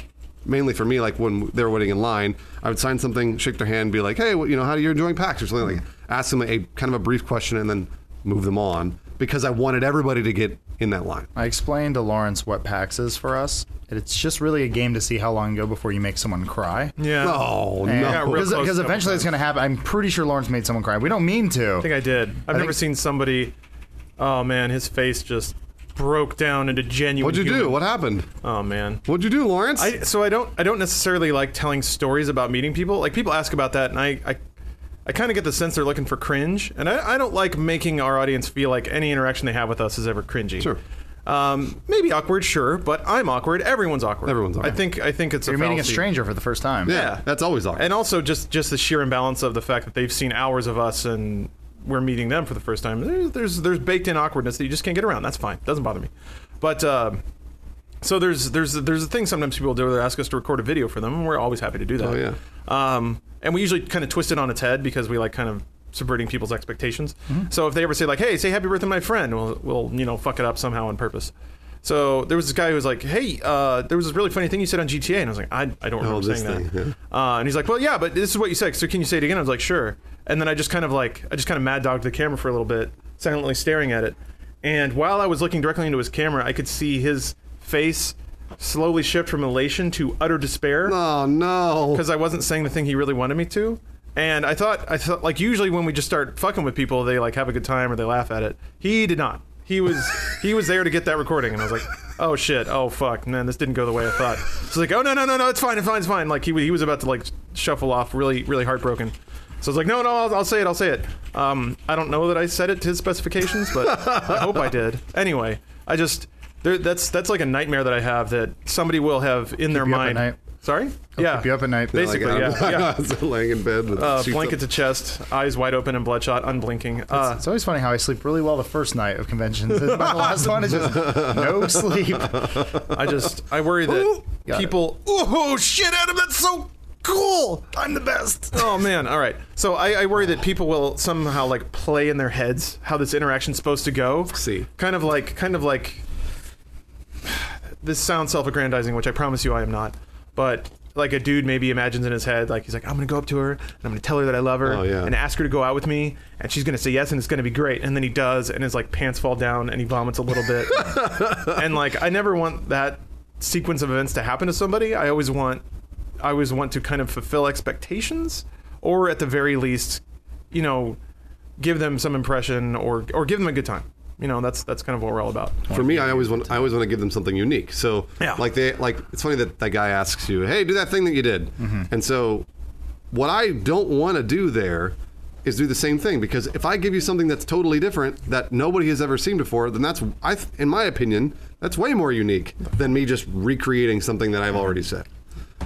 Speaker 4: Mainly for me, like when they were waiting in line, I would sign something, shake their hand, be like, "Hey, what, you know, how do you enjoying PAX?" or something like,
Speaker 5: Mm-hmm.
Speaker 4: ask them a kind of a brief question, and then move them on because I wanted everybody to get in that line.
Speaker 3: I explained to Lawrence what PAX is for us. It's just really a game to see how long you go before you make someone cry.
Speaker 5: Yeah.
Speaker 4: Oh no!
Speaker 5: got real
Speaker 3: Because
Speaker 5: close
Speaker 3: because
Speaker 5: a couple
Speaker 3: eventually it's
Speaker 5: times.
Speaker 3: going to happen. I'm pretty sure Lawrence made someone cry. We don't mean to.
Speaker 5: I think I did. I've never seen somebody. Oh man, his face just broke down into genuine.
Speaker 4: What'd you do?
Speaker 5: human-
Speaker 4: What happened?
Speaker 5: Oh man.
Speaker 4: What'd you do, Lawrence?
Speaker 5: I, so I don't I don't necessarily like telling stories about meeting people. Like people ask about that, and I I, I kind of get the sense they're looking for cringe, and I, I don't like making our audience feel like any interaction they have with us is ever cringy.
Speaker 4: Sure.
Speaker 5: Um, maybe awkward, sure, but I'm awkward. Everyone's awkward.
Speaker 4: Everyone's awkward.
Speaker 5: I think I think it's
Speaker 3: You're
Speaker 5: a
Speaker 3: meeting a
Speaker 5: fallacy.
Speaker 3: stranger for the first time.
Speaker 4: yeah, that's always awkward.
Speaker 5: And also just just the sheer imbalance of the fact that they've seen hours of us and we're meeting them for the first time. There's there's, there's baked in awkwardness that you just can't get around. That's fine. Doesn't bother me. But uh, so there's there's there's a thing sometimes people do. They ask us to record a video for them, and we're always happy to do that.
Speaker 4: Oh, yeah.
Speaker 5: Um, and we usually kind of twist it on its head because we like kind of subverting people's expectations.
Speaker 4: Mm-hmm.
Speaker 5: So if they ever say like, "Hey, say happy birthday to my friend," we'll, we'll you know fuck it up somehow on purpose. So there was this guy who was like, "Hey, uh, there was this really funny thing you said on GTA," and I was like, "I, I don't remember
Speaker 4: Oh, this
Speaker 5: saying that."
Speaker 4: thing,
Speaker 5: Uh, and he's like, "Well, yeah, but this is what you said. So can you say it again?" I was like, "Sure." And then I just kind of like I just kind of mad dogged the camera for a little bit, silently staring at it. And while I was looking directly into his camera, I could see his face slowly shift from elation to utter despair
Speaker 4: oh
Speaker 5: [laughs]
Speaker 4: no!
Speaker 5: because I wasn't saying the thing he really wanted me to. And I thought, I thought, like usually when we just start fucking with people, they like have a good time or they laugh at it. He did not.
Speaker 3: [laughs]
Speaker 5: He was he was there to get that recording, and I was like, oh shit, oh fuck, man, this didn't go the way I thought. So he's like, oh no no no no, it's fine, it's fine, it's fine. Like he wa- he was about to like shuffle off, really really heartbroken. So I was like, no no, I'll, I'll say it, I'll say it. Um, I don't know that I said it to his specifications, but I hope
Speaker 3: [laughs]
Speaker 5: I did. Anyway, I just there, that's that's like a nightmare that I have that somebody will have in their
Speaker 3: you up at
Speaker 5: mind.
Speaker 3: night.
Speaker 5: Sorry, yeah,
Speaker 3: keep you up at night. They're like,
Speaker 5: Basically,
Speaker 4: I'm-
Speaker 5: yeah, yeah.
Speaker 4: I'm [laughs] laying in bed with
Speaker 5: Uh,
Speaker 4: sheets
Speaker 5: blanket to
Speaker 4: up.
Speaker 5: chest, eyes wide open and bloodshot, unblinking. Uh,
Speaker 3: It's always funny how I sleep really well the first night of conventions. [laughs] and the last one is just
Speaker 5: [laughs]
Speaker 3: no sleep.
Speaker 5: I just, [laughs] I worry that
Speaker 3: Got it.
Speaker 5: people. Oh shit, Adam, that's so cool.
Speaker 3: I'm the best.
Speaker 5: Oh man, all right. So I, I worry that people will somehow like play in their heads how this interaction's supposed to go.
Speaker 4: See.
Speaker 5: kind of like, kind of like. This sounds self-aggrandizing, which I promise you I am not, but. Like a dude maybe imagines in his head, like he's like, I'm gonna go up to her and I'm gonna tell her that I love her
Speaker 4: Oh, yeah.
Speaker 5: and ask her to go out with me, and she's gonna say yes, and it's gonna be great. And then he does, and his like pants fall down, and he vomits a little
Speaker 4: [laughs]
Speaker 5: bit. and like, I never want that sequence of events to happen to somebody. I always want, I always want to kind of fulfill expectations, or at the very least, you know, give them some impression or or give them a good time. You know, that's that's kind of what we're all about.
Speaker 4: For me, I always want I always want to give them something unique. So
Speaker 5: Yeah.
Speaker 4: like they like it's funny that that guy asks you, "Hey, do that thing that you did," and so what I don't want to do there is do the same thing because if I give you something that's totally different that nobody has ever seen before, then that's I th- in my opinion that's way more unique than me just recreating something that I've already said.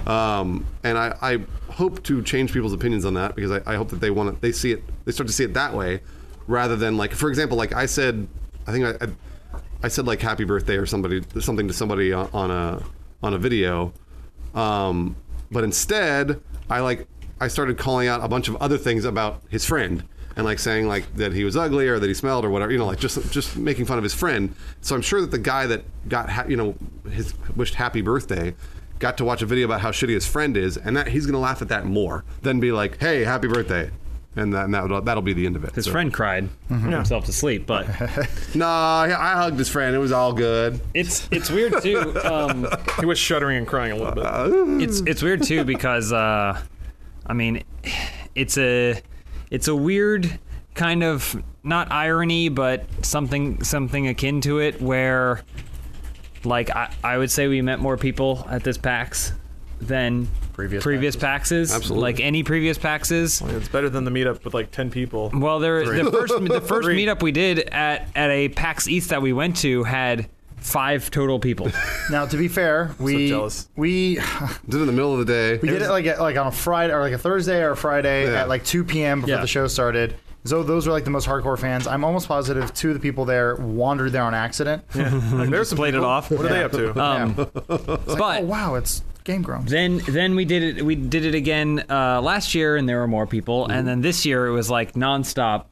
Speaker 4: Um, and I, I hope to change people's opinions on that because I, I hope that they want to they see it they start to see it that way rather than like for example like I said I think I, I I said like happy birthday or somebody something to somebody on, on a on a video, um, but instead I like I started calling out a bunch of other things about his friend and like saying like that he was ugly or that he smelled or whatever you know like just just making fun of his friend. So I'm sure that the guy that got ha- you know his wished happy birthday got to watch a video about how shitty his friend is and that he's gonna laugh at that more than be like hey happy birthday. And, that, and that'll, that'll be the end of it.
Speaker 1: His
Speaker 4: So-
Speaker 1: friend cried himself to sleep, but [laughs]
Speaker 4: Nah, I hugged his friend. It was all good.
Speaker 1: it's it's weird too. Um,
Speaker 5: He was shuddering and crying a little bit.
Speaker 1: it's it's weird too because uh, I mean, it's a it's a weird kind of not irony, but something something akin to it where, like I, I would say we met more people at this PAX than
Speaker 5: Previous
Speaker 1: previous PAXes.
Speaker 4: Absolutely.
Speaker 1: like any previous PAXes.
Speaker 5: it's better than the meetup with like ten people.
Speaker 1: Well, there the first the first
Speaker 5: Three.
Speaker 1: meetup we did at at a PAX East that we went to had five total people.
Speaker 3: Now, to be fair, we
Speaker 5: jealous.
Speaker 3: we [laughs]
Speaker 4: Did it in the middle of the day.
Speaker 3: We did it like at, like on a Friday or like a Thursday or a Friday
Speaker 4: Yeah.
Speaker 3: at like 2 p.m. before
Speaker 1: Yeah.
Speaker 3: the show started. So those were like the most hardcore fans. I'm almost positive two of the people there wandered there on accident.
Speaker 5: Like, there's some
Speaker 1: Played it
Speaker 5: people.
Speaker 1: off.
Speaker 5: What are they up to?
Speaker 1: Um, but
Speaker 3: Oh wow, it's Game Grumps.
Speaker 1: then then we did it we did it again uh, last year and there were more people and then this year it was like nonstop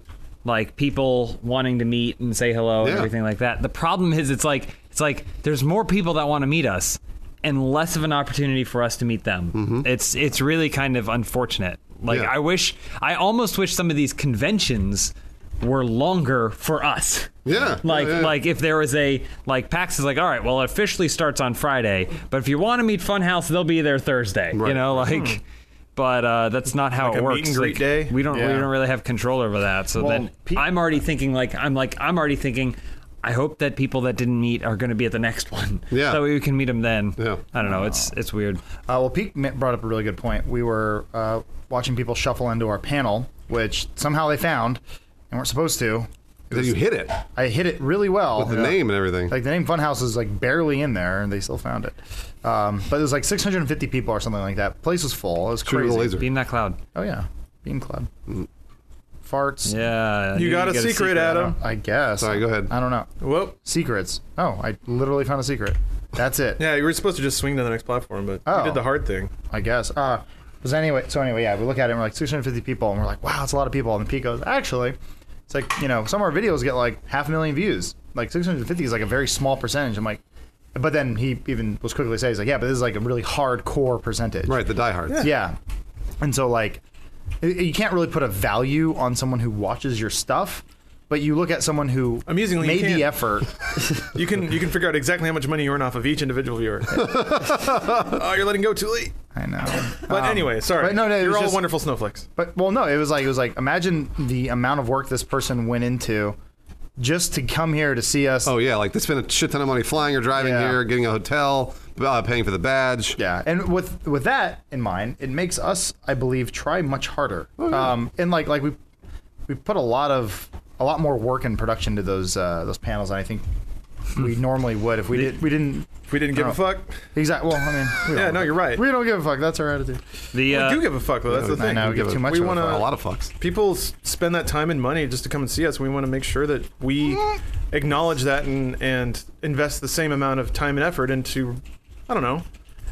Speaker 1: like people wanting to meet and say hello and
Speaker 4: Yeah.
Speaker 1: everything like that the problem is it's like it's like there's more people that want to meet us and less of an opportunity for us to meet them it's it's really kind of unfortunate like
Speaker 4: Yeah.
Speaker 1: i wish i almost wish some of these conventions were longer for us
Speaker 4: Yeah.
Speaker 1: like
Speaker 4: Yeah, yeah, yeah.
Speaker 1: like if there was a like PAX is like all right well it officially starts on Friday but if you want to meet Funhouse they'll be there Thursday you
Speaker 4: Right.
Speaker 1: know like but uh, that's not how it
Speaker 5: Hmm. a meet
Speaker 1: works
Speaker 5: and greet
Speaker 1: Like,
Speaker 5: day?
Speaker 1: we don't we
Speaker 3: Yeah.
Speaker 1: don't really have control over that so
Speaker 3: Well,
Speaker 1: then
Speaker 3: pe-
Speaker 1: I'm already thinking like I'm like I'm already thinking I hope that people that didn't meet are going to be at the next one
Speaker 4: Yeah.
Speaker 1: so we can meet them then
Speaker 4: Yeah.
Speaker 1: I don't know it's it's weird
Speaker 3: Uh, well, Pete mi- brought up a really good point. We were uh, watching people shuffle into our panel, which somehow they found and weren't supposed to.
Speaker 4: That you hit it.
Speaker 3: I hit it really well.
Speaker 4: The
Speaker 3: Yeah.
Speaker 4: name and everything.
Speaker 3: Like the name Funhouse is like barely in there, and they still found it. Um, but it was like 650 people or something like that. Place was full. It was
Speaker 4: Shooting
Speaker 3: crazy.
Speaker 4: the laser.
Speaker 1: be in that cloud
Speaker 3: Oh yeah, bean cloud.
Speaker 4: Mm.
Speaker 3: Farts.
Speaker 1: yeah
Speaker 5: You got a secret, Adam.
Speaker 3: I guess.
Speaker 4: Sorry, go ahead.
Speaker 3: I don't know.
Speaker 5: Whoop.
Speaker 3: Secrets. Oh, I literally found a secret. That's it.
Speaker 5: Yeah, you were supposed to just swing to the next platform, but you
Speaker 3: Oh.
Speaker 5: did the hard thing.
Speaker 3: I guess. Uh, was anyway. So anyway, yeah, we look at it and we're like 650 people, and we're like, wow, that's a lot of people. And Pete goes, actually, it's like you know, some of our videos get like half a million views. Like 650 is like a very small percentage. I'm like, but then he even was quickly saying, he's like, yeah, but this is like a really hardcore percentage.
Speaker 4: Right, the diehards.
Speaker 3: Yeah. And so like y- you can't really put a value on someone who watches your stuff, but you look at someone who
Speaker 5: Amusingly, you
Speaker 3: made
Speaker 5: can.
Speaker 3: the effort.
Speaker 5: [laughs] You can you can figure out exactly how much money you earn off of each
Speaker 3: [laughs]
Speaker 5: individual viewer. oh, you're letting go too late.
Speaker 3: I know.
Speaker 5: But
Speaker 3: Um,
Speaker 5: anyway, sorry.
Speaker 3: but no, no, it
Speaker 5: you're
Speaker 3: was
Speaker 5: all
Speaker 3: just-
Speaker 5: wonderful snowflakes.
Speaker 3: But well no, it was like it was like imagine the amount of work this person went into just to come here to see us.
Speaker 4: Oh, yeah. Like they spend a shit ton of money flying or driving
Speaker 3: Yeah.
Speaker 4: here, getting a hotel, uh, paying for the badge.
Speaker 3: Yeah, and with with that in mind, it makes us, I believe, try much harder.
Speaker 5: Oh,
Speaker 3: Um, and like like we we put a lot of a lot more work and production to those uh, those panels than I think we normally would if we did we didn't
Speaker 5: If we didn't give
Speaker 3: Oh.
Speaker 5: a fuck,
Speaker 3: Exactly. Well, I mean, we don't
Speaker 5: Yeah,
Speaker 3: give
Speaker 5: no,
Speaker 3: a-
Speaker 5: you're right.
Speaker 3: We don't give a fuck. That's our attitude.
Speaker 1: the
Speaker 5: we
Speaker 1: uh,
Speaker 5: do give a fuck. Though. That's the
Speaker 4: I
Speaker 5: thing.
Speaker 3: know, we give too much
Speaker 5: We
Speaker 3: of a
Speaker 5: want
Speaker 3: fuck.
Speaker 4: A
Speaker 5: to.
Speaker 4: lot of fucks.
Speaker 5: People s- spend that time and money just to come and see us. We want to make sure that we acknowledge that and and invest the same amount of time and effort into. I don't know.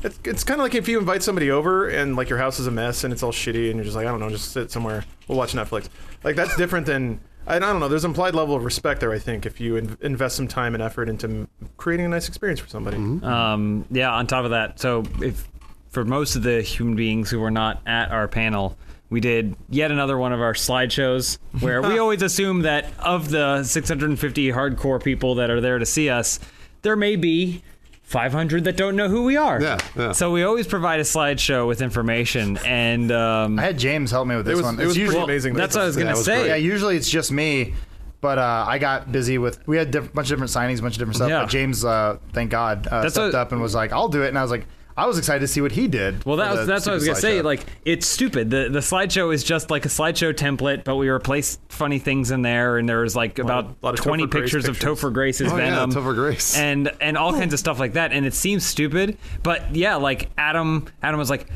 Speaker 5: It's, it's kind of like if you invite somebody over and like your house is a mess and it's all shitty and you're just like I don't know, just sit somewhere, we'll watch Netflix. Like that's different than I don't know. There's an implied level of respect there. I think if you in- invest some time and effort into m- creating a nice experience for somebody.
Speaker 1: Um, yeah, on top of that, so if for most of the human beings who were not at our panel, we did yet another one of our slideshows where
Speaker 4: [laughs]
Speaker 1: we always assume that of the 650 hardcore people that are there to see us, there may be 500 that don't know who we are.
Speaker 4: Yeah, yeah.
Speaker 1: So we always provide a slideshow with information, and um,
Speaker 3: I had James help me with this
Speaker 5: was-
Speaker 3: one.
Speaker 5: it
Speaker 3: It's
Speaker 5: was pretty
Speaker 3: usually,
Speaker 5: amazing.
Speaker 1: that's what I was
Speaker 4: Yeah,
Speaker 1: gonna
Speaker 4: it was
Speaker 1: say.
Speaker 4: great.
Speaker 3: Yeah, usually it's just me, but uh, I got busy with. We had a bunch of different signings, bunch of different stuff.
Speaker 1: Yeah.
Speaker 3: But James, uh, thank God, uh,
Speaker 1: That's
Speaker 3: stepped
Speaker 1: a-
Speaker 3: up and was like, "I'll do it," and I was like. I was excited to see what he did.
Speaker 1: Well, that
Speaker 3: for
Speaker 1: was,
Speaker 3: the
Speaker 1: that's what I was
Speaker 3: Super
Speaker 1: gonna say.
Speaker 3: Slideshow.
Speaker 1: Like, it's stupid. the The slideshow is just like a slideshow template, but we replaced funny things in there, and there was like about
Speaker 5: lot of
Speaker 1: twenty
Speaker 5: Topher Grace
Speaker 1: pictures, of
Speaker 5: pictures.
Speaker 1: Topher Grace's
Speaker 4: Oh, yeah,
Speaker 1: Venom,
Speaker 4: Topher Grace.
Speaker 1: and and
Speaker 4: Oh.
Speaker 1: all kinds of stuff like that. And it seems stupid, but yeah, like Adam, Adam was like,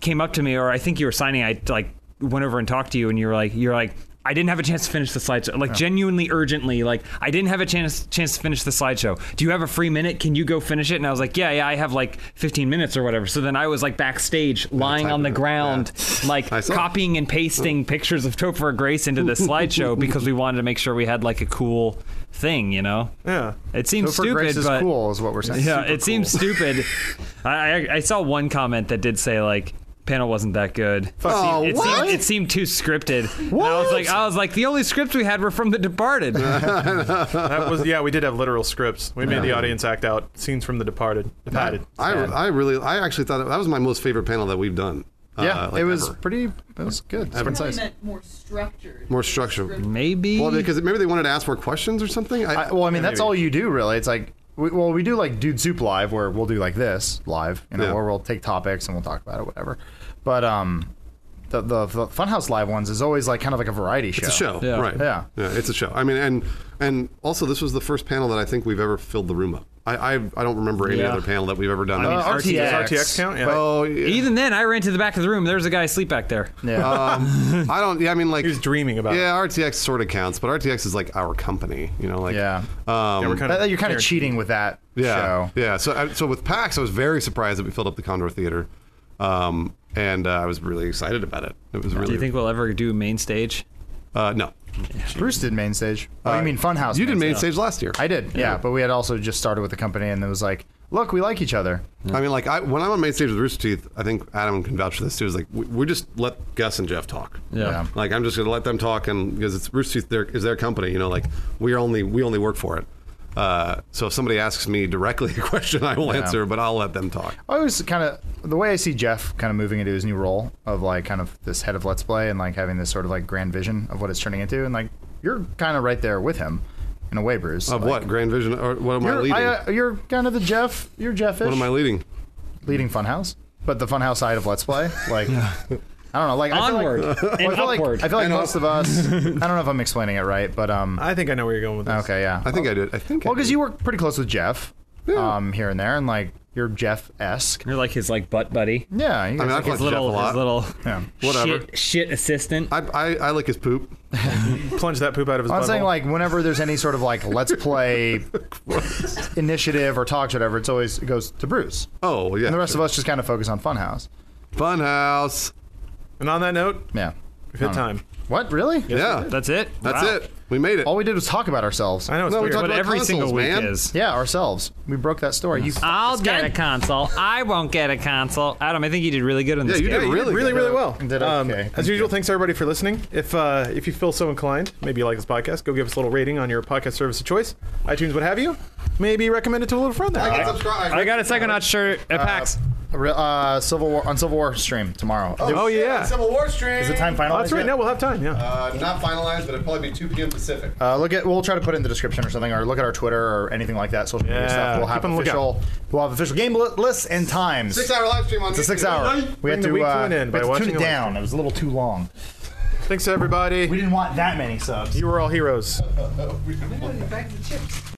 Speaker 1: came up to me, or I think you were signing. I like went over and talked to you, and you were like, you're like. I didn't have a chance to finish the slideshow,
Speaker 4: Oh.
Speaker 1: like genuinely urgently. Like I didn't have a chance chance to finish the slideshow. Do you have a free minute? Can you go finish it? And I was like, Yeah, yeah, I have like 15 minutes or whatever. So then I was like backstage, lying on the
Speaker 4: typing it.
Speaker 1: ground, like
Speaker 4: [laughs] I saw. Oh.
Speaker 1: copying and pasting pictures of Topher Grace into the slideshow because we wanted to make sure we had like a cool thing, you know?
Speaker 5: Yeah.
Speaker 1: It seems
Speaker 3: Topher
Speaker 1: stupid,
Speaker 3: Grace is
Speaker 1: but
Speaker 3: cool, is what we're
Speaker 1: [laughs]
Speaker 3: saying.
Speaker 1: yeah, it seems stupid. I, I I saw one comment that did say like panel wasn't that good.
Speaker 4: Oh,
Speaker 1: it,
Speaker 4: what?
Speaker 1: Seemed, it seemed too scripted. And I was like, I was like, the only scripts we had were from The Departed.
Speaker 5: That was yeah. We did have literal scripts. We made the audience act out scenes from The Departed. Departed.
Speaker 4: I, I really, I actually thought that, that was my most favorite panel that we've done. uh,
Speaker 3: Yeah,
Speaker 4: like,
Speaker 3: it was
Speaker 4: ever.
Speaker 3: pretty. It was good. It's been
Speaker 2: Probably
Speaker 3: nice.
Speaker 2: meant more structured.
Speaker 4: more structured.
Speaker 1: Maybe.
Speaker 4: Well, because maybe they wanted to ask more questions or something. I,
Speaker 3: I, well, I mean, that's all you do, really. It's like, we, well, we do like Dude Soup live, where we'll do like this live, you know,
Speaker 4: Yeah.
Speaker 3: where we'll take topics and we'll talk about it, whatever. But um, the the, the Funhouse live ones is always like kind of like a variety show.
Speaker 4: It's a show,
Speaker 1: Yeah.
Speaker 4: right?
Speaker 3: Yeah.
Speaker 4: it's a show. I mean, and and also this was the first panel that I think we've ever filled the room up. I I, I don't remember any
Speaker 1: Yeah.
Speaker 4: other panel that we've ever done.
Speaker 3: Uh,
Speaker 4: that.
Speaker 3: RTX.
Speaker 5: Does RTX count? Yeah.
Speaker 4: oh, yeah.
Speaker 1: even then, I ran to the back of the room. There was a guy asleep back there.
Speaker 3: Yeah. Uh,
Speaker 4: um, I don't. Yeah, I mean, like
Speaker 5: he was dreaming about.
Speaker 4: yeah, RTX sort of counts, but RTX is like our company, you know, like
Speaker 3: Yeah.
Speaker 5: It. Yeah, we're
Speaker 4: Um,
Speaker 3: That-
Speaker 5: kind of,
Speaker 3: that you're kind of cheating with that
Speaker 4: yeah,
Speaker 3: show.
Speaker 4: yeah. So I, so with PAX, I was very surprised that we filled up the Condor Theater, um, and uh, I was really excited about it. It was really
Speaker 1: Do you think we'll ever do main stage?
Speaker 4: uh, no.
Speaker 3: Bruce did main stage. Oh, you mean Funhouse?
Speaker 4: Uh, You did main
Speaker 3: stage.
Speaker 4: stage last year.
Speaker 3: I did. Yeah. but we had also just started with the company, and it was like, look, we like each other.
Speaker 4: I mean, like I, when I'm on main stage with Rooster Teeth, I think Adam can vouch for this too. Is like we, we just let Gus and Jeff talk.
Speaker 1: Yeah.
Speaker 4: Like I'm just gonna let them talk, and because it's Rooster Teeth, their, is their company. You know, like we only we only work for it. Uh, so if somebody asks me directly [laughs] a question, I will answer, but I'll let them talk.
Speaker 3: I always kind of the way I see Jeff kind of moving into his new role of like kind of this head of Let's Play and like having this sort of like grand vision of what it's turning into, and like you're kind of right there with him in a way, Bruce.
Speaker 4: Of
Speaker 3: Like,
Speaker 4: what grand vision? Or what am I
Speaker 3: You're,
Speaker 4: leading?
Speaker 3: I, uh, you're kind of the Jeff. You're Jeffish.
Speaker 4: what am I leading?
Speaker 3: leading Funhouse, but the Funhouse side of Let's Play,
Speaker 4: [laughs]
Speaker 3: like. I don't know, like [laughs]
Speaker 1: Onward
Speaker 3: I feel like,
Speaker 1: and
Speaker 3: I feel like,
Speaker 1: upward.
Speaker 3: I feel like
Speaker 4: And up.
Speaker 3: most of
Speaker 4: [laughs]
Speaker 3: us. I don't know if I'm explaining it right, but um,
Speaker 5: I think I know where you're going with this.
Speaker 3: okay, yeah.
Speaker 4: I think I did. I think.
Speaker 3: Well,
Speaker 4: I did.
Speaker 3: because you work pretty close with Jeff, um, here and there, and like you're Jeff esque.
Speaker 1: You're like his like butt buddy,
Speaker 3: Yeah, you
Speaker 4: I mean, I
Speaker 3: guys-
Speaker 4: call
Speaker 1: his
Speaker 4: Jeff a
Speaker 1: little,
Speaker 4: lot.
Speaker 1: his little
Speaker 4: Whatever.
Speaker 1: shit, shit assistant.
Speaker 4: I, I, I like his poop.
Speaker 5: Plunge that poop out of his.
Speaker 3: I'm
Speaker 5: butthole.
Speaker 3: saying like whenever there's any sort of like let's play
Speaker 5: [laughs]
Speaker 3: initiative or talks or whatever, it's always it goes to Bruce,
Speaker 4: Oh yeah.
Speaker 3: and the rest of us just kind of focus on Funhouse.
Speaker 4: Fun house.
Speaker 5: And on that note,
Speaker 3: Yeah.
Speaker 5: we've hit time.
Speaker 3: What really?
Speaker 4: Yeah.
Speaker 1: That's it.
Speaker 4: That's
Speaker 1: Wow.
Speaker 4: it. We made it.
Speaker 3: All we did was talk about ourselves.
Speaker 5: I know it's
Speaker 4: No, we
Speaker 5: weird.
Speaker 4: talked
Speaker 1: But
Speaker 4: about
Speaker 1: every
Speaker 4: consoles,
Speaker 1: single week
Speaker 4: man.
Speaker 1: is.
Speaker 3: Yeah, ourselves. We broke that story. You f-
Speaker 1: I'll get a console. I won't get a console. Adam, I think you did really good on this
Speaker 4: you
Speaker 1: game.
Speaker 4: did.
Speaker 5: really,
Speaker 4: Really
Speaker 5: really,
Speaker 4: good.
Speaker 5: really well. Um,
Speaker 3: Did okay.
Speaker 5: as
Speaker 3: Thank
Speaker 5: usual, thanks everybody for listening. If uh, if you feel so inclined, maybe you like this podcast, go give us a little rating on your podcast service of choice, iTunes, what have you. Maybe recommend it to a little friend.
Speaker 4: I can
Speaker 5: That
Speaker 4: subscribe.
Speaker 1: I got a second notch shirt at PAX.
Speaker 3: Re- uh, Civil War on Civil War stream tomorrow.
Speaker 5: oh yeah,
Speaker 4: Civil War stream.
Speaker 3: Is the time finalized?
Speaker 5: Oh, that's right.
Speaker 3: yet?
Speaker 5: Now we'll have time. Yeah.
Speaker 4: Uh, not finalized, but it'd probably be 2 p.m. Pacific.
Speaker 3: Uh, look at we'll try to put it in the description or something, or look at our Twitter or anything like that. Social media
Speaker 5: Yeah,
Speaker 3: stuff. We'll
Speaker 5: keep
Speaker 3: have
Speaker 5: on the
Speaker 3: official. We'll have official game li- lists and times.
Speaker 4: Six hour live stream on
Speaker 3: It's a six hour. We
Speaker 5: Bring
Speaker 3: had
Speaker 5: the
Speaker 3: to,
Speaker 5: weak
Speaker 3: uh,
Speaker 5: one in
Speaker 3: we
Speaker 5: by
Speaker 3: had to
Speaker 5: watching
Speaker 3: tune
Speaker 5: a
Speaker 3: it
Speaker 5: live
Speaker 3: down. It was a little too long.
Speaker 5: thanks to everybody.
Speaker 3: We didn't want that many subs.
Speaker 4: Oh,
Speaker 5: You were all heroes.
Speaker 2: Back to the chips.